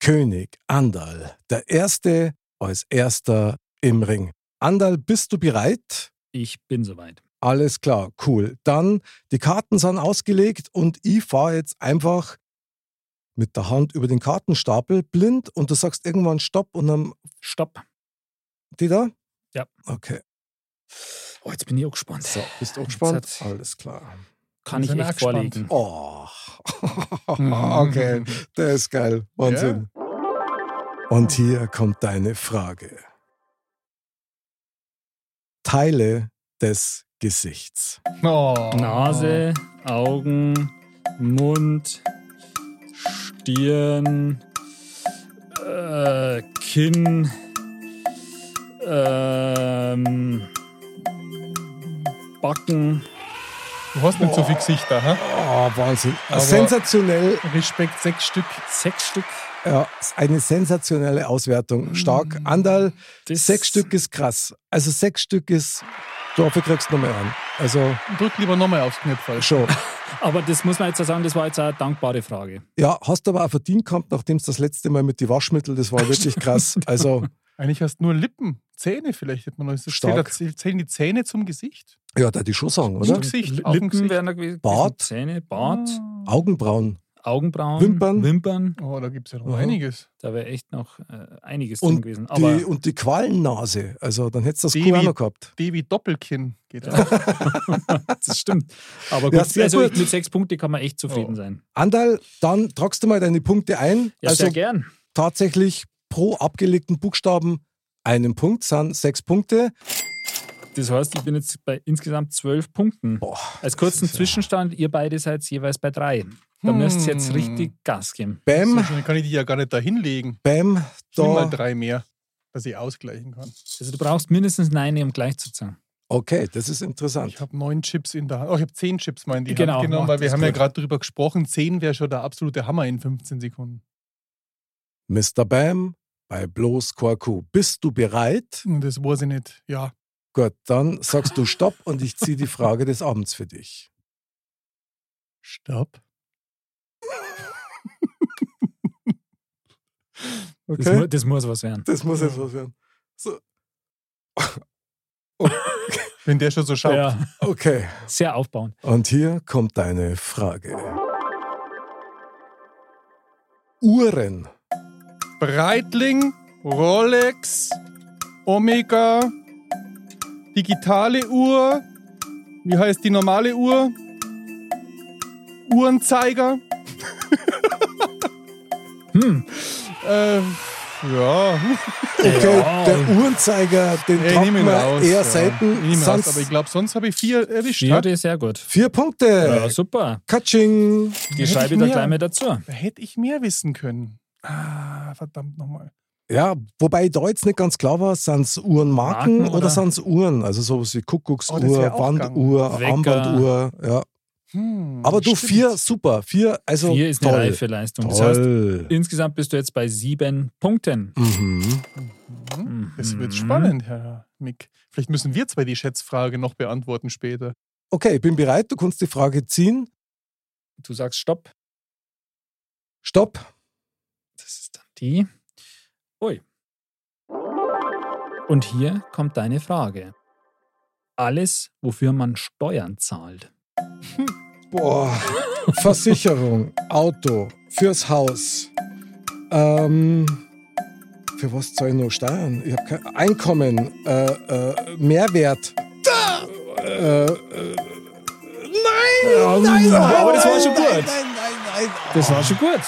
Speaker 1: König Andal. Der Erste als Erster im Ring. Andal, bist du bereit?
Speaker 3: Ich bin soweit.
Speaker 1: Alles klar, cool. Dann, die Karten sind ausgelegt und ich fahre jetzt einfach mit der Hand über den Kartenstapel blind und du sagst irgendwann Stopp und dann,
Speaker 3: Stopp.
Speaker 1: die da?
Speaker 3: Ja.
Speaker 1: Okay,
Speaker 3: Oh, jetzt bin ich auch gespannt.
Speaker 1: so, bist du auch
Speaker 3: Jetzt
Speaker 1: gespannt?
Speaker 3: hat-
Speaker 1: Alles klar.
Speaker 3: Kann ich
Speaker 2: Sind wir
Speaker 3: echt
Speaker 2: gespannt.
Speaker 3: vorlegen.
Speaker 1: Oh,
Speaker 3: Mhm.
Speaker 2: Mhm. Ah,
Speaker 1: okay, das ist geil. Wahnsinn. Und hier kommt deine Frage. Teile des Gesichts.
Speaker 2: Oh.
Speaker 3: Nase, Augen, Mund, Stirn, äh, Kinn, ähm, Backen.
Speaker 2: Du hast nicht so viel Gesichter, hä?
Speaker 1: Oh, Wahnsinn.
Speaker 2: Aber-
Speaker 1: Sensationell
Speaker 2: Respekt, sechs Stück.
Speaker 3: Sechs Stück.
Speaker 1: Ja, ist eine sensationelle Auswertung. Stark.
Speaker 2: Mhm.
Speaker 1: Andal,
Speaker 3: Das-
Speaker 1: sechs Stück ist krass. Also sechs Stück ist, dafür kriegst du nochmal an. Also
Speaker 2: Drück lieber nochmal aufs Knöpfel.
Speaker 1: schon.
Speaker 3: Aber das muss man jetzt auch sagen, das war jetzt auch eine dankbare Frage.
Speaker 1: Ja, hast aber auch verdient gehabt, nachdem es das letzte Mal mit die Waschmittel, das war wirklich krass. Also
Speaker 2: Eigentlich hast du nur Lippen, Zähne vielleicht. Hätte man noch.
Speaker 1: Stark.
Speaker 2: Zählen, zählen die Zähne zum Gesicht?
Speaker 1: ja, da die schon sagen,
Speaker 2: Zum
Speaker 1: oder?
Speaker 2: Gesicht,
Speaker 3: L-
Speaker 2: auf dem
Speaker 3: Lippen
Speaker 2: Gesicht.
Speaker 3: wären da gewesen.
Speaker 1: Bart.
Speaker 3: Zähne, Bart,
Speaker 1: Ah. Augenbrauen.
Speaker 3: Augenbrauen,
Speaker 1: Wimpern.
Speaker 3: Wimpern.
Speaker 2: Oh, da gibt es ja noch
Speaker 1: Aha.
Speaker 2: einiges.
Speaker 3: Da wäre echt noch äh, einiges drin
Speaker 1: Und
Speaker 3: gewesen. Aber
Speaker 1: die, und die Qualennase. Also dann hättest du das
Speaker 2: Die
Speaker 1: Kuh auch
Speaker 2: wie-
Speaker 1: noch gehabt.
Speaker 2: D wie Doppelkinn geht auch.
Speaker 3: das stimmt. Aber
Speaker 1: Ja,
Speaker 3: gut, Oh.
Speaker 1: sehr
Speaker 3: also
Speaker 1: gut.
Speaker 3: mit sechs Punkten kann man echt zufrieden sein.
Speaker 1: Andal, dann tragst du mal deine Punkte ein.
Speaker 3: Ja,
Speaker 1: also
Speaker 3: sehr gern.
Speaker 1: tatsächlich pro abgelegten Buchstaben einen Punkt, sind sechs Punkte.
Speaker 3: Das heißt, ich bin jetzt bei insgesamt zwölf Punkten.
Speaker 1: Boah,
Speaker 3: Als kurzen
Speaker 1: das ist ja-
Speaker 3: Zwischenstand, ihr beide seid jeweils bei drei. Da
Speaker 2: Hm.
Speaker 3: müsst ihr jetzt richtig Gas geben.
Speaker 1: Bäm.
Speaker 2: Dann kann ich die ja gar nicht da hinlegen.
Speaker 1: Bam,
Speaker 2: Ich nehme mal
Speaker 1: da.
Speaker 2: drei mehr, dass ich ausgleichen kann.
Speaker 3: Also du brauchst mindestens neun, um gleich zu zahlen.
Speaker 1: Okay, das ist interessant.
Speaker 2: Ich habe neun Chips in der Hand. Oh, ich habe zehn Chips mal in die
Speaker 3: Genau,
Speaker 2: Hand genommen,
Speaker 3: mach
Speaker 2: weil wir
Speaker 3: das
Speaker 2: haben ja
Speaker 3: gut.
Speaker 2: gerade drüber gesprochen. Zehn wäre schon der absolute Hammer in 15 Sekunden.
Speaker 1: Mr. Bam bei bloß Korku. Bist du bereit?
Speaker 2: Hm, Das weiß ich nicht. Ja.
Speaker 1: Gut, dann sagst du Stopp und ich ziehe die Frage des Abends für dich.
Speaker 2: Stopp.
Speaker 3: Das, mu das muss was werden.
Speaker 1: Das muss jetzt was werden.
Speaker 2: Wenn der schon so schaut.
Speaker 3: Ja,
Speaker 1: Okay,
Speaker 3: sehr aufbauend.
Speaker 1: und hier kommt deine Frage. Uhren.
Speaker 2: Breitling, Rolex, Omega, digitale Uhr. Wie heißt die normale Uhr? Uhrenzeiger.
Speaker 3: Hm.
Speaker 2: Äh, ja.
Speaker 1: Okay,
Speaker 3: Ja.
Speaker 1: der Uhrenzeiger, den
Speaker 2: Ich
Speaker 1: tragt
Speaker 2: nehme
Speaker 1: man
Speaker 2: ihn raus.
Speaker 1: eher
Speaker 2: ja. Ich
Speaker 1: selten.
Speaker 2: nehme ihn raus,
Speaker 1: Sonst
Speaker 2: aber ich glaube, sonst habe ich vier erwischt.
Speaker 3: Ja,
Speaker 2: Hätte
Speaker 3: das ist sehr gut.
Speaker 1: vier Punkte.
Speaker 3: Ja, super.
Speaker 1: Katsching.
Speaker 3: Die
Speaker 2: Hätte
Speaker 3: schreibe
Speaker 2: ich
Speaker 3: ich da
Speaker 2: mir-
Speaker 3: gleich mal dazu.
Speaker 2: hätte ich mehr wissen können. Ah, verdammt nochmal.
Speaker 1: Ja, wobei da jetzt nicht ganz klar war, sind es Uhrenmarken
Speaker 3: Marken,
Speaker 1: oder,
Speaker 3: oder?
Speaker 1: sind es Uhren? Also sowas wie
Speaker 2: Oh, das
Speaker 1: Kuckucksuhr,
Speaker 2: wär auch
Speaker 1: Wanduhr,
Speaker 3: gegangen.
Speaker 1: Armbanduhr. Ja.
Speaker 2: Hm,
Speaker 1: Aber du,
Speaker 2: stimmt.
Speaker 1: vier, super. Vier, also
Speaker 3: Hier ist
Speaker 1: toll.
Speaker 3: eine reife Leistung. Das heißt,
Speaker 1: Toll.
Speaker 3: insgesamt bist du jetzt bei sieben Punkten.
Speaker 1: Mhm.
Speaker 2: Das wird
Speaker 3: Mhm.
Speaker 2: spannend, Herr Technik. Vielleicht müssen wir zwei die Schätzfrage noch beantworten später.
Speaker 1: Okay, ich bin bereit. Du kannst die Frage ziehen.
Speaker 3: Du sagst Stopp.
Speaker 1: Stopp.
Speaker 3: Das ist dann die. Ui. Und hier kommt deine Frage. Alles, wofür man Steuern zahlt.
Speaker 1: Boah. Oh, Versicherung, Auto, fürs Haus. Ähm, für was zahle ich noch Steuern? Ich hab kein Einkommen, äh, äh, Mehrwert. Äh, äh,
Speaker 5: Nein, nein,
Speaker 3: Aber das war
Speaker 1: nein,
Speaker 3: schon gut.
Speaker 1: Nein, nein, nein.
Speaker 3: Das war schon gut.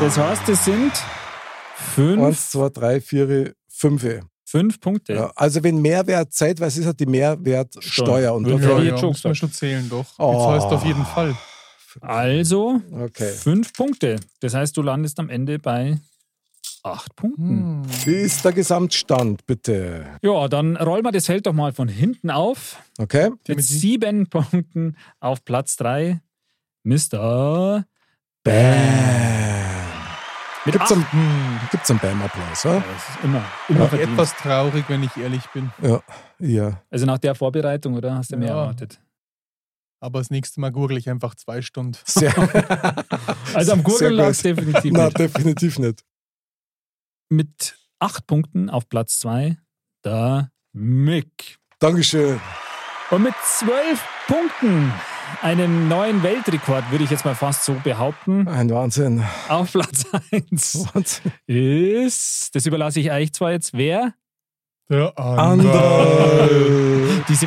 Speaker 3: Das heißt, das sind fünf,
Speaker 1: Eins, zwei, drei, vier, fünf.
Speaker 3: fünf Punkte.
Speaker 1: Ja, also wenn Mehrwert zeitweise ist, hat die Mehrwertsteuer. Und
Speaker 3: Ja,
Speaker 1: okay.
Speaker 3: hätte ich jetzt schon
Speaker 2: muss man
Speaker 3: gesagt.
Speaker 2: schon zählen, doch.
Speaker 1: Oh.
Speaker 2: Jetzt heißt auf jeden Fall.
Speaker 3: Also
Speaker 1: okay.
Speaker 3: fünf Punkte. Das heißt, du landest am Ende bei acht Punkten.
Speaker 2: Hm.
Speaker 1: Wie ist der Gesamtstand, bitte?
Speaker 3: Ja, dann rollen wir das Feld doch mal von hinten auf.
Speaker 1: Okay?
Speaker 3: Mit sieben Punkten auf Platz drei. Mr.
Speaker 1: Bam.
Speaker 3: Mit
Speaker 1: Gibt's
Speaker 3: acht.
Speaker 1: einen, gibt's einen Bam-Applaus, oder?
Speaker 3: Ja, das ist immer, immer verdient.
Speaker 2: Etwas traurig, wenn ich ehrlich bin.
Speaker 1: Ja. ja.
Speaker 3: Also nach der Vorbereitung, oder? Hast du mehr
Speaker 2: Ja.
Speaker 3: erwartet?
Speaker 2: Aber das nächste Mal gurgle ich einfach zwei Stunden.
Speaker 1: Sehr,
Speaker 3: Also am
Speaker 1: Sehr
Speaker 3: Gurgeln
Speaker 1: gut.
Speaker 3: lag es definitiv
Speaker 1: na,
Speaker 3: nicht.
Speaker 1: definitiv nicht.
Speaker 3: Mit acht Punkten auf Platz zwei. der Mick.
Speaker 1: Dankeschön.
Speaker 3: Und mit zwölf Punkten einem neuen Weltrekord, würde ich jetzt mal fast so behaupten,
Speaker 1: Ein Wahnsinn.
Speaker 3: auf Platz 1
Speaker 1: Wahnsinn.
Speaker 3: ist, das überlasse ich euch zwar jetzt, wer?
Speaker 2: Der
Speaker 1: Andal.
Speaker 3: Diese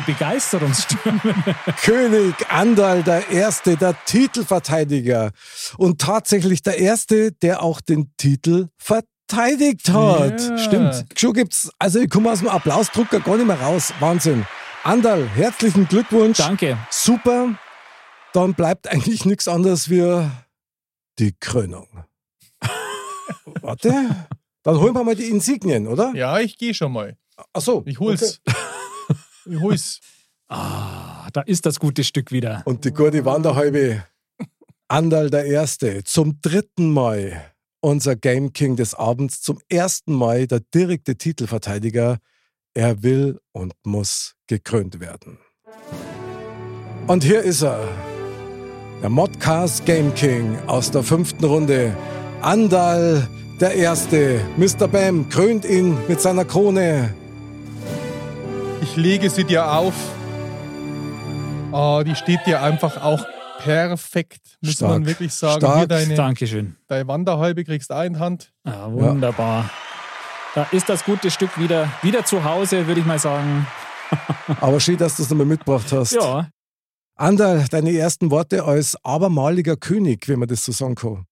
Speaker 3: Begeisterungsstürme.
Speaker 1: König Andal, der Erste, der Titelverteidiger. Und tatsächlich der Erste, der auch den Titel verteidigt hat.
Speaker 2: Ja.
Speaker 1: Stimmt. Schon gibt's, also ich komme aus dem Applausdrucker gar nicht mehr raus. Wahnsinn. Andal, herzlichen Glückwunsch.
Speaker 3: Danke.
Speaker 1: Super. Dann bleibt eigentlich nichts anderes wie die Krönung. Warte. Dann holen wir mal die Insignien, oder?
Speaker 2: Ja, ich gehe schon mal.
Speaker 1: Ach so.
Speaker 2: Ich hol's. Ich hol's.
Speaker 3: Ah, da ist das gute Stück wieder.
Speaker 1: Und die gute Wanderhalbe, Andal der Erste, zum dritten Mal unser Game King des Abends, zum ersten Mal der direkte Titelverteidiger. Er will und muss gekrönt werden. Und hier ist er, der Modcast Game King aus der fünften Runde. Andal der Erste, Mr. Bam krönt ihn mit seiner Krone.
Speaker 2: Ich lege sie dir auf. Ah, die steht dir einfach auch perfekt, muss
Speaker 1: Stark.
Speaker 2: man wirklich sagen.
Speaker 1: Stark.
Speaker 2: Hier deine,
Speaker 3: Dankeschön.
Speaker 2: deine Wanderhalbe kriegst du in Hand.
Speaker 3: Ah, wunderbar. Da ist das gute Stück wieder, wieder zu Hause, würde ich mal sagen.
Speaker 1: Aber schön, dass du es nochmal mitgebracht hast.
Speaker 3: Ja,
Speaker 1: Andal, deine ersten Worte als abermaliger König, wenn man das so sagen kann.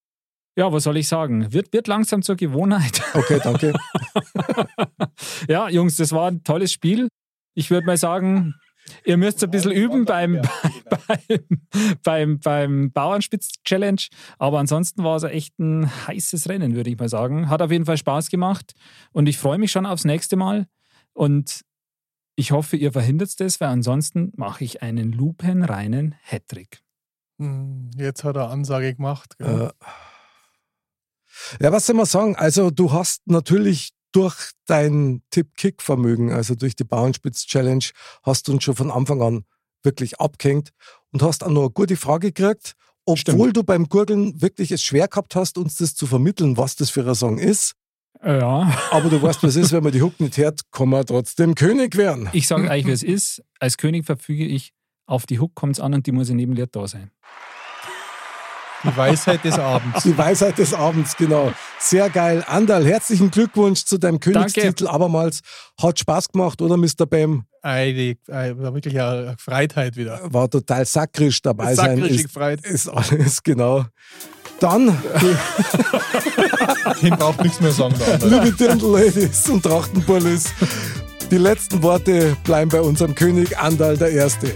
Speaker 3: ja, was soll ich sagen? Wird, wird langsam zur Gewohnheit.
Speaker 1: Okay, danke.
Speaker 3: Ja, Jungs, das war ein tolles Spiel. Ich würde mal sagen, ihr müsst ein bisschen üben beim, beim, beim, beim Bauernspitz-Challenge. Aber ansonsten war es echt ein heißes Rennen, würde ich mal sagen. Hat auf jeden Fall Spaß gemacht und ich freue mich schon aufs nächste Mal. Und ich hoffe, ihr verhindert das, weil ansonsten mache ich einen lupenreinen Hattrick.
Speaker 2: Hm, Jetzt hat er Ansage gemacht. Gell?
Speaker 1: äh, ja, was soll man sagen? Also, du hast natürlich durch dein Tipp-Kick-Vermögen, also durch die Bauernspitz-Challenge, hast du uns schon von Anfang an wirklich abgehängt und hast auch noch eine gute Frage gekriegt, obwohl du beim Gurgeln wirklich es schwer gehabt hast, uns das zu vermitteln, was das für ein Song ist.
Speaker 3: Ja.
Speaker 1: Aber du weißt, was ist, wenn man die Hook nicht hört, kann man trotzdem König werden.
Speaker 3: Ich sage euch, wie es ist. Als König verfüge ich, auf die Hook kommt es an und die muss in jedem Lied da sein.
Speaker 2: Die Weisheit des Abends.
Speaker 1: Die Weisheit des Abends, genau. Sehr geil. Andal, herzlichen Glückwunsch zu deinem Königstitel abermals. Hat Spaß gemacht, oder Mr. Bam?
Speaker 2: Eine, eine, war wirklich eine Freiheit wieder.
Speaker 1: War total sakrisch dabei sein.
Speaker 2: Sackrischig
Speaker 1: Ist,
Speaker 2: Freiheit.
Speaker 1: ist alles, genau. Dann,
Speaker 2: Dem braucht nichts mehr sagen. Der andere.
Speaker 1: liebe Dirndl-Ladies und Trachtenbullis, die letzten Worte bleiben bei unserem König Andal der Erste.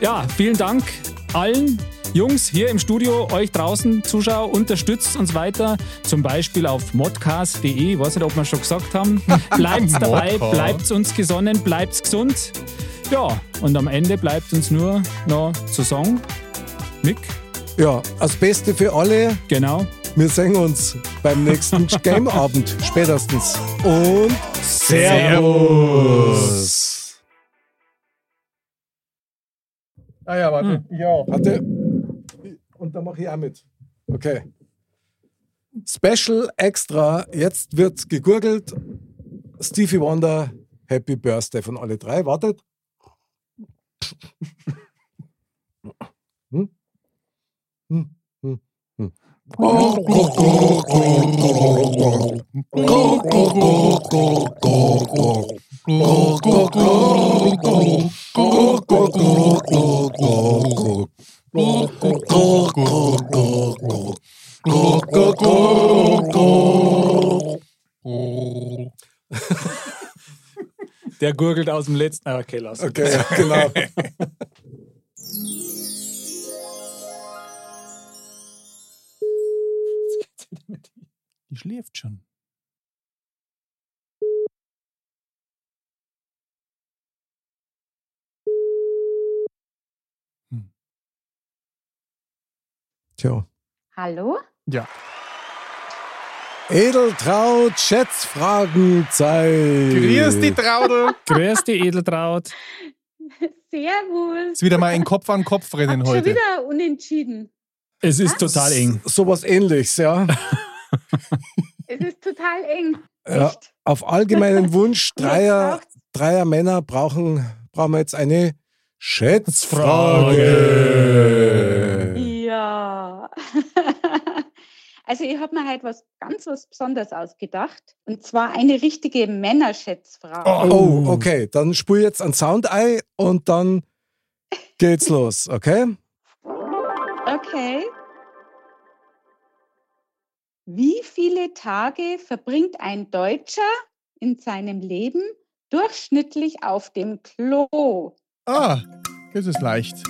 Speaker 3: Ja, vielen Dank allen Jungs hier im Studio, euch draußen, Zuschauer, unterstützt uns weiter, zum Beispiel auf modcast.de, ich weiß nicht, ob wir schon gesagt haben. Bleibt dabei,
Speaker 2: Modcast.
Speaker 3: bleibt uns gesonnen, bleibt gesund. Ja, und am Ende bleibt uns nur noch zu sagen, Mick,
Speaker 1: Ja, das Beste für alle.
Speaker 3: genau,
Speaker 1: Wir sehen uns beim nächsten Gameabend spätestens. Und Servus.
Speaker 2: Ah ja, warte.
Speaker 3: Hm.
Speaker 2: Ich auch.
Speaker 1: Warte. Und da mache ich auch mit. Okay. Special extra. Jetzt wird gegurgelt. Stevie Wonder, Happy Birthday von alle drei. Wartet. Hm? Hm, hm, hm.
Speaker 3: Der gurgelt aus dem letzten. Ah, okay, lass.
Speaker 1: Okay, ja, genau.
Speaker 6: Die schläft schon. Hm.
Speaker 1: Tja.
Speaker 7: Hallo?
Speaker 1: Edeltraut Schätzfragenzeit.
Speaker 2: Grüß die Traudel.
Speaker 3: Grüß dich, Edeltraut.
Speaker 7: Servus.
Speaker 6: Ist wieder mal ein Kopf an Kopf rennen
Speaker 7: Schon
Speaker 6: heute.
Speaker 7: wieder unentschieden.
Speaker 3: Es ist total eng.
Speaker 1: Sowas ähnliches, ja.
Speaker 7: Es ist total eng.
Speaker 1: ja.
Speaker 7: Echt.
Speaker 1: Auf allgemeinen Wunsch dreier,
Speaker 7: braucht's.
Speaker 1: dreier Männer brauchen, brauchen wir jetzt eine Schätzfrage.
Speaker 3: Frage.
Speaker 7: Ja. Also ich habe mir halt was ganz was Besonderes ausgedacht. Und zwar eine richtige Männerschätzfrage.
Speaker 1: Oh, okay. Dann spul jetzt ein Soundei und dann geht's los, okay?
Speaker 7: Okay. Wie viele Tage verbringt ein Deutscher in seinem Leben durchschnittlich auf dem Klo?
Speaker 6: Ah, das ist leicht.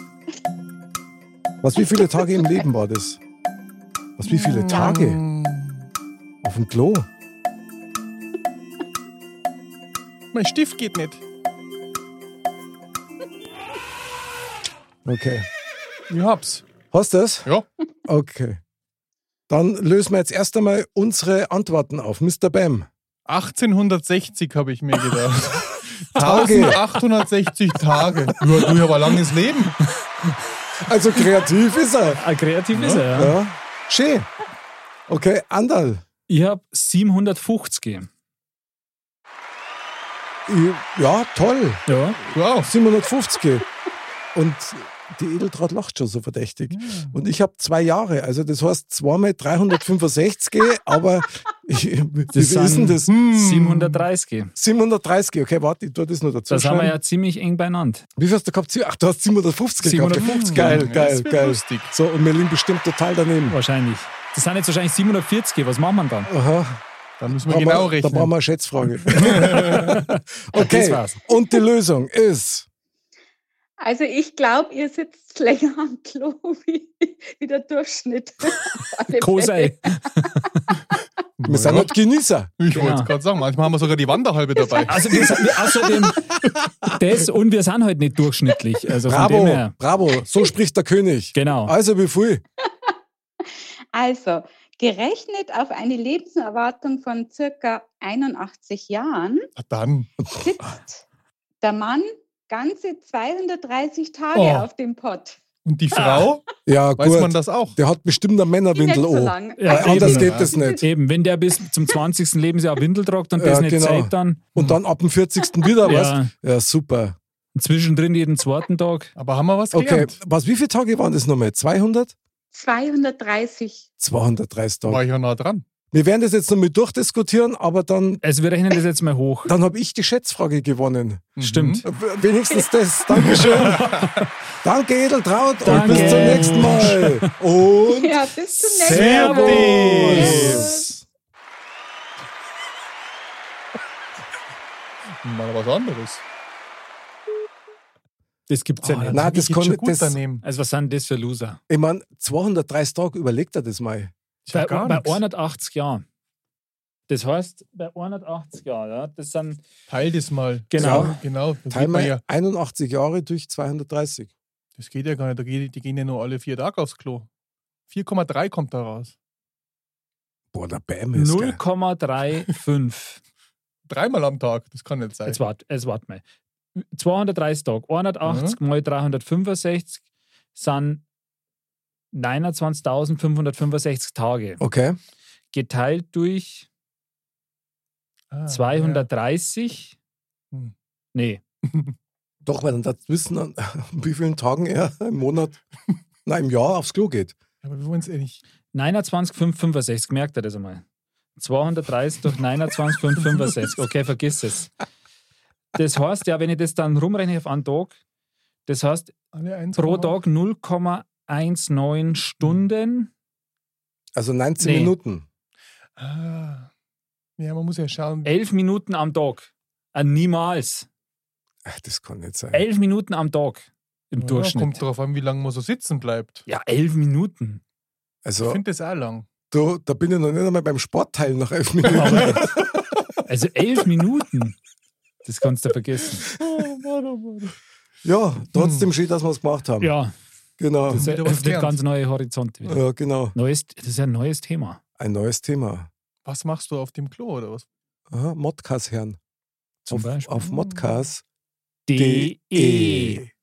Speaker 1: Was, wie viele Tage im Leben war das? Was, wie viele Tage? Auf dem Klo?
Speaker 6: Mein Stift geht nicht.
Speaker 1: Okay.
Speaker 6: Ich hab's.
Speaker 1: Hast du das?
Speaker 6: Ja.
Speaker 1: Okay. Dann lösen wir jetzt erst einmal unsere Antworten auf. Mr. Bam.
Speaker 6: 1860 habe ich mir gedacht.
Speaker 1: Tage.
Speaker 6: 1860 Tage. Ja, du hast aber ein langes Leben.
Speaker 1: Also kreativ ist er.
Speaker 3: Ah, kreativ ist er, ja.
Speaker 1: Ja. Schön. Okay, Andal.
Speaker 3: Ich habe 750 gegeben.
Speaker 1: Ich- Ja, toll.
Speaker 3: Ja.
Speaker 6: Du auch.
Speaker 1: 750. Und die Edeltraut lacht schon so verdächtig.
Speaker 3: Hm.
Speaker 1: Und ich habe zwei Jahre. Also das heißt zweimal 365, aber ich, wie viel ist denn
Speaker 3: sind
Speaker 1: das?
Speaker 6: Hm.
Speaker 3: 730.
Speaker 1: 730. Okay, warte, ich tue das nur dazu.
Speaker 3: Das haben wir
Speaker 1: schreiben.
Speaker 3: ja ziemlich eng beieinander.
Speaker 1: Wie viel hast du gehabt? Sie- Ach, du hast 750 gehabt.
Speaker 3: 750.
Speaker 1: Geil,
Speaker 6: Das
Speaker 1: geil,
Speaker 6: wird
Speaker 1: geil.
Speaker 6: lustig.
Speaker 1: So, und wir liegen bestimmt total daneben.
Speaker 3: Wahrscheinlich. Das sind jetzt wahrscheinlich 740. Was machen wir denn dann?
Speaker 1: Aha.
Speaker 6: Dann müssen wir
Speaker 1: Brauchen
Speaker 6: genau
Speaker 1: wir, da brauchen
Speaker 6: rechnen.
Speaker 1: wir eine Schätzfrage.
Speaker 3: Das
Speaker 1: okay,
Speaker 3: war's.
Speaker 1: und die Lösung ist...
Speaker 7: Also ich glaube, ihr sitzt länger am Klo wie, wie der Durchschnitt. Auf alle Fälle.
Speaker 3: Kosei.
Speaker 1: Wir sind nicht Genießer.
Speaker 6: Ich wollte
Speaker 3: Ja.
Speaker 6: es gerade sagen. Manchmal haben wir sogar die Wanderhalbe dabei.
Speaker 3: Also wir sind, außerdem das und wir sind halt nicht durchschnittlich. Also von dem
Speaker 1: Bravo,
Speaker 3: her.
Speaker 1: bravo. So spricht der König.
Speaker 3: Genau.
Speaker 1: Also wie viel?
Speaker 7: Also gerechnet auf eine Lebenserwartung von circa 81 Jahren
Speaker 6: Dann.
Speaker 7: sitzt der Mann ganze 230 Tage
Speaker 6: Oh.
Speaker 7: auf dem Pott.
Speaker 6: Und die Frau?
Speaker 1: Ja,
Speaker 6: Ah, Weiß man
Speaker 1: gut.
Speaker 6: das auch?
Speaker 1: Der hat bestimmt eine
Speaker 7: Die nicht
Speaker 1: Männerwindel
Speaker 7: so
Speaker 1: an.
Speaker 7: lang.
Speaker 3: Ja,
Speaker 1: Weil anders
Speaker 3: eben.
Speaker 1: geht das nicht.
Speaker 3: Eben, wenn der bis zum 20. Lebensjahr Windel tragt und das
Speaker 1: Ja,
Speaker 3: nicht
Speaker 1: genau.
Speaker 3: zählt, dann
Speaker 1: Und dann ab dem 40. wieder was?
Speaker 3: ja,
Speaker 1: Ja, super.
Speaker 3: zwischendrin jeden zweiten Tag.
Speaker 6: Aber haben wir was
Speaker 1: Okay,
Speaker 6: gelernt?
Speaker 1: was, wie viele Tage waren das nochmal? 200?
Speaker 7: 230.
Speaker 1: 230
Speaker 6: War
Speaker 1: Tage.
Speaker 6: ich ja nah dran.
Speaker 1: Wir werden das jetzt nochmal durchdiskutieren, aber dann,
Speaker 3: Also wir rechnen das jetzt mal hoch.
Speaker 1: dann habe ich die Schätzfrage gewonnen.
Speaker 3: Stimmt.
Speaker 1: W- Wenigstens das. Dankeschön. Danke, Edeltraut.
Speaker 3: Danke.
Speaker 1: Und bis zum nächsten Mal. Und
Speaker 7: Ja, bis zum nächsten Mal.
Speaker 1: Servus.
Speaker 6: Mal was anderes.
Speaker 3: Das gibt's ja
Speaker 6: Oh,
Speaker 3: nicht.
Speaker 1: nein. das
Speaker 6: ich jetzt
Speaker 1: kann-
Speaker 6: schon gut
Speaker 1: das-
Speaker 6: daneben.
Speaker 3: Also was sind das für Loser?
Speaker 1: Ich meine, 230 Tage, überlegt er das mal.
Speaker 6: Ich
Speaker 3: Bei,
Speaker 6: hab gar
Speaker 3: bei
Speaker 6: nix.
Speaker 3: 180 Jahren. Das heißt, bei 180 Jahren, ja, das sind
Speaker 6: Teil das mal.
Speaker 3: Genau.
Speaker 6: Ja, genau.
Speaker 1: Teil
Speaker 6: Das, sieht man
Speaker 1: mal
Speaker 6: ja.
Speaker 1: 81 Jahre durch 230.
Speaker 6: das geht ja gar nicht. Da geht, die gehen ja nur alle vier Tage aufs Klo. 4,3 kommt da raus.
Speaker 1: Boah, der Bam ist. gell?
Speaker 3: 0,35.
Speaker 6: Dreimal am Tag, das kann nicht sein.
Speaker 3: Jetzt wart, jetzt wart mal. 230 Tage, 180
Speaker 6: Mhm.
Speaker 3: mal 365 sind 29.565
Speaker 6: Oh.
Speaker 3: Tage.
Speaker 1: Okay.
Speaker 3: Geteilt durch
Speaker 6: Ah,
Speaker 3: 230.
Speaker 6: Hm.
Speaker 3: Nee,
Speaker 1: Doch, weil dann das wissen, an wie vielen Tagen er im Monat, nein, im Jahr aufs Klo geht.
Speaker 6: Ja. Aber wir wollen es eh nicht.
Speaker 3: 29,565. Merkt ihr das einmal? 230 durch 29,565. Okay, vergiss es. Das heißt ja, wenn ich das dann rumrechne auf einen Tag, das heißt
Speaker 6: Alle eins
Speaker 3: pro
Speaker 6: Komma-
Speaker 3: Tag 0,19 Stunden.
Speaker 1: Also 19
Speaker 3: Nee.
Speaker 1: Minuten.
Speaker 6: Ah. Ja, man muss ja schauen.
Speaker 3: 11 Minuten am Tag. Ah, niemals.
Speaker 1: Ach, das kann nicht sein.
Speaker 3: 11 Minuten am Tag im
Speaker 6: ja,
Speaker 3: Durchschnitt.
Speaker 6: Kommt drauf an, wie lange man so sitzen bleibt.
Speaker 3: Ja, 11 Minuten.
Speaker 6: Ich
Speaker 1: Also,
Speaker 6: finde das auch lang.
Speaker 1: du, da bin ich noch nicht einmal beim Sportteil nach elf Minuten.
Speaker 3: Also 11 Minuten. Das kannst du vergessen.
Speaker 1: ja, trotzdem schön, dass wir es gemacht haben.
Speaker 3: Hm. Ja,
Speaker 1: Genau.
Speaker 3: das
Speaker 6: wieder was
Speaker 3: eröffnet
Speaker 6: gelernt.
Speaker 3: ganz neue Horizonte wieder.
Speaker 1: Ja, genau.
Speaker 3: Neues, das ist ja ein neues Thema.
Speaker 1: Ein neues Thema.
Speaker 6: Was machst du auf dem Klo oder was?
Speaker 1: Aha, Modcast-Herren.
Speaker 3: Zum
Speaker 1: auf,
Speaker 3: Beispiel.
Speaker 1: e.
Speaker 6: E.
Speaker 3: E.
Speaker 1: auf modcast.de.
Speaker 3: DE.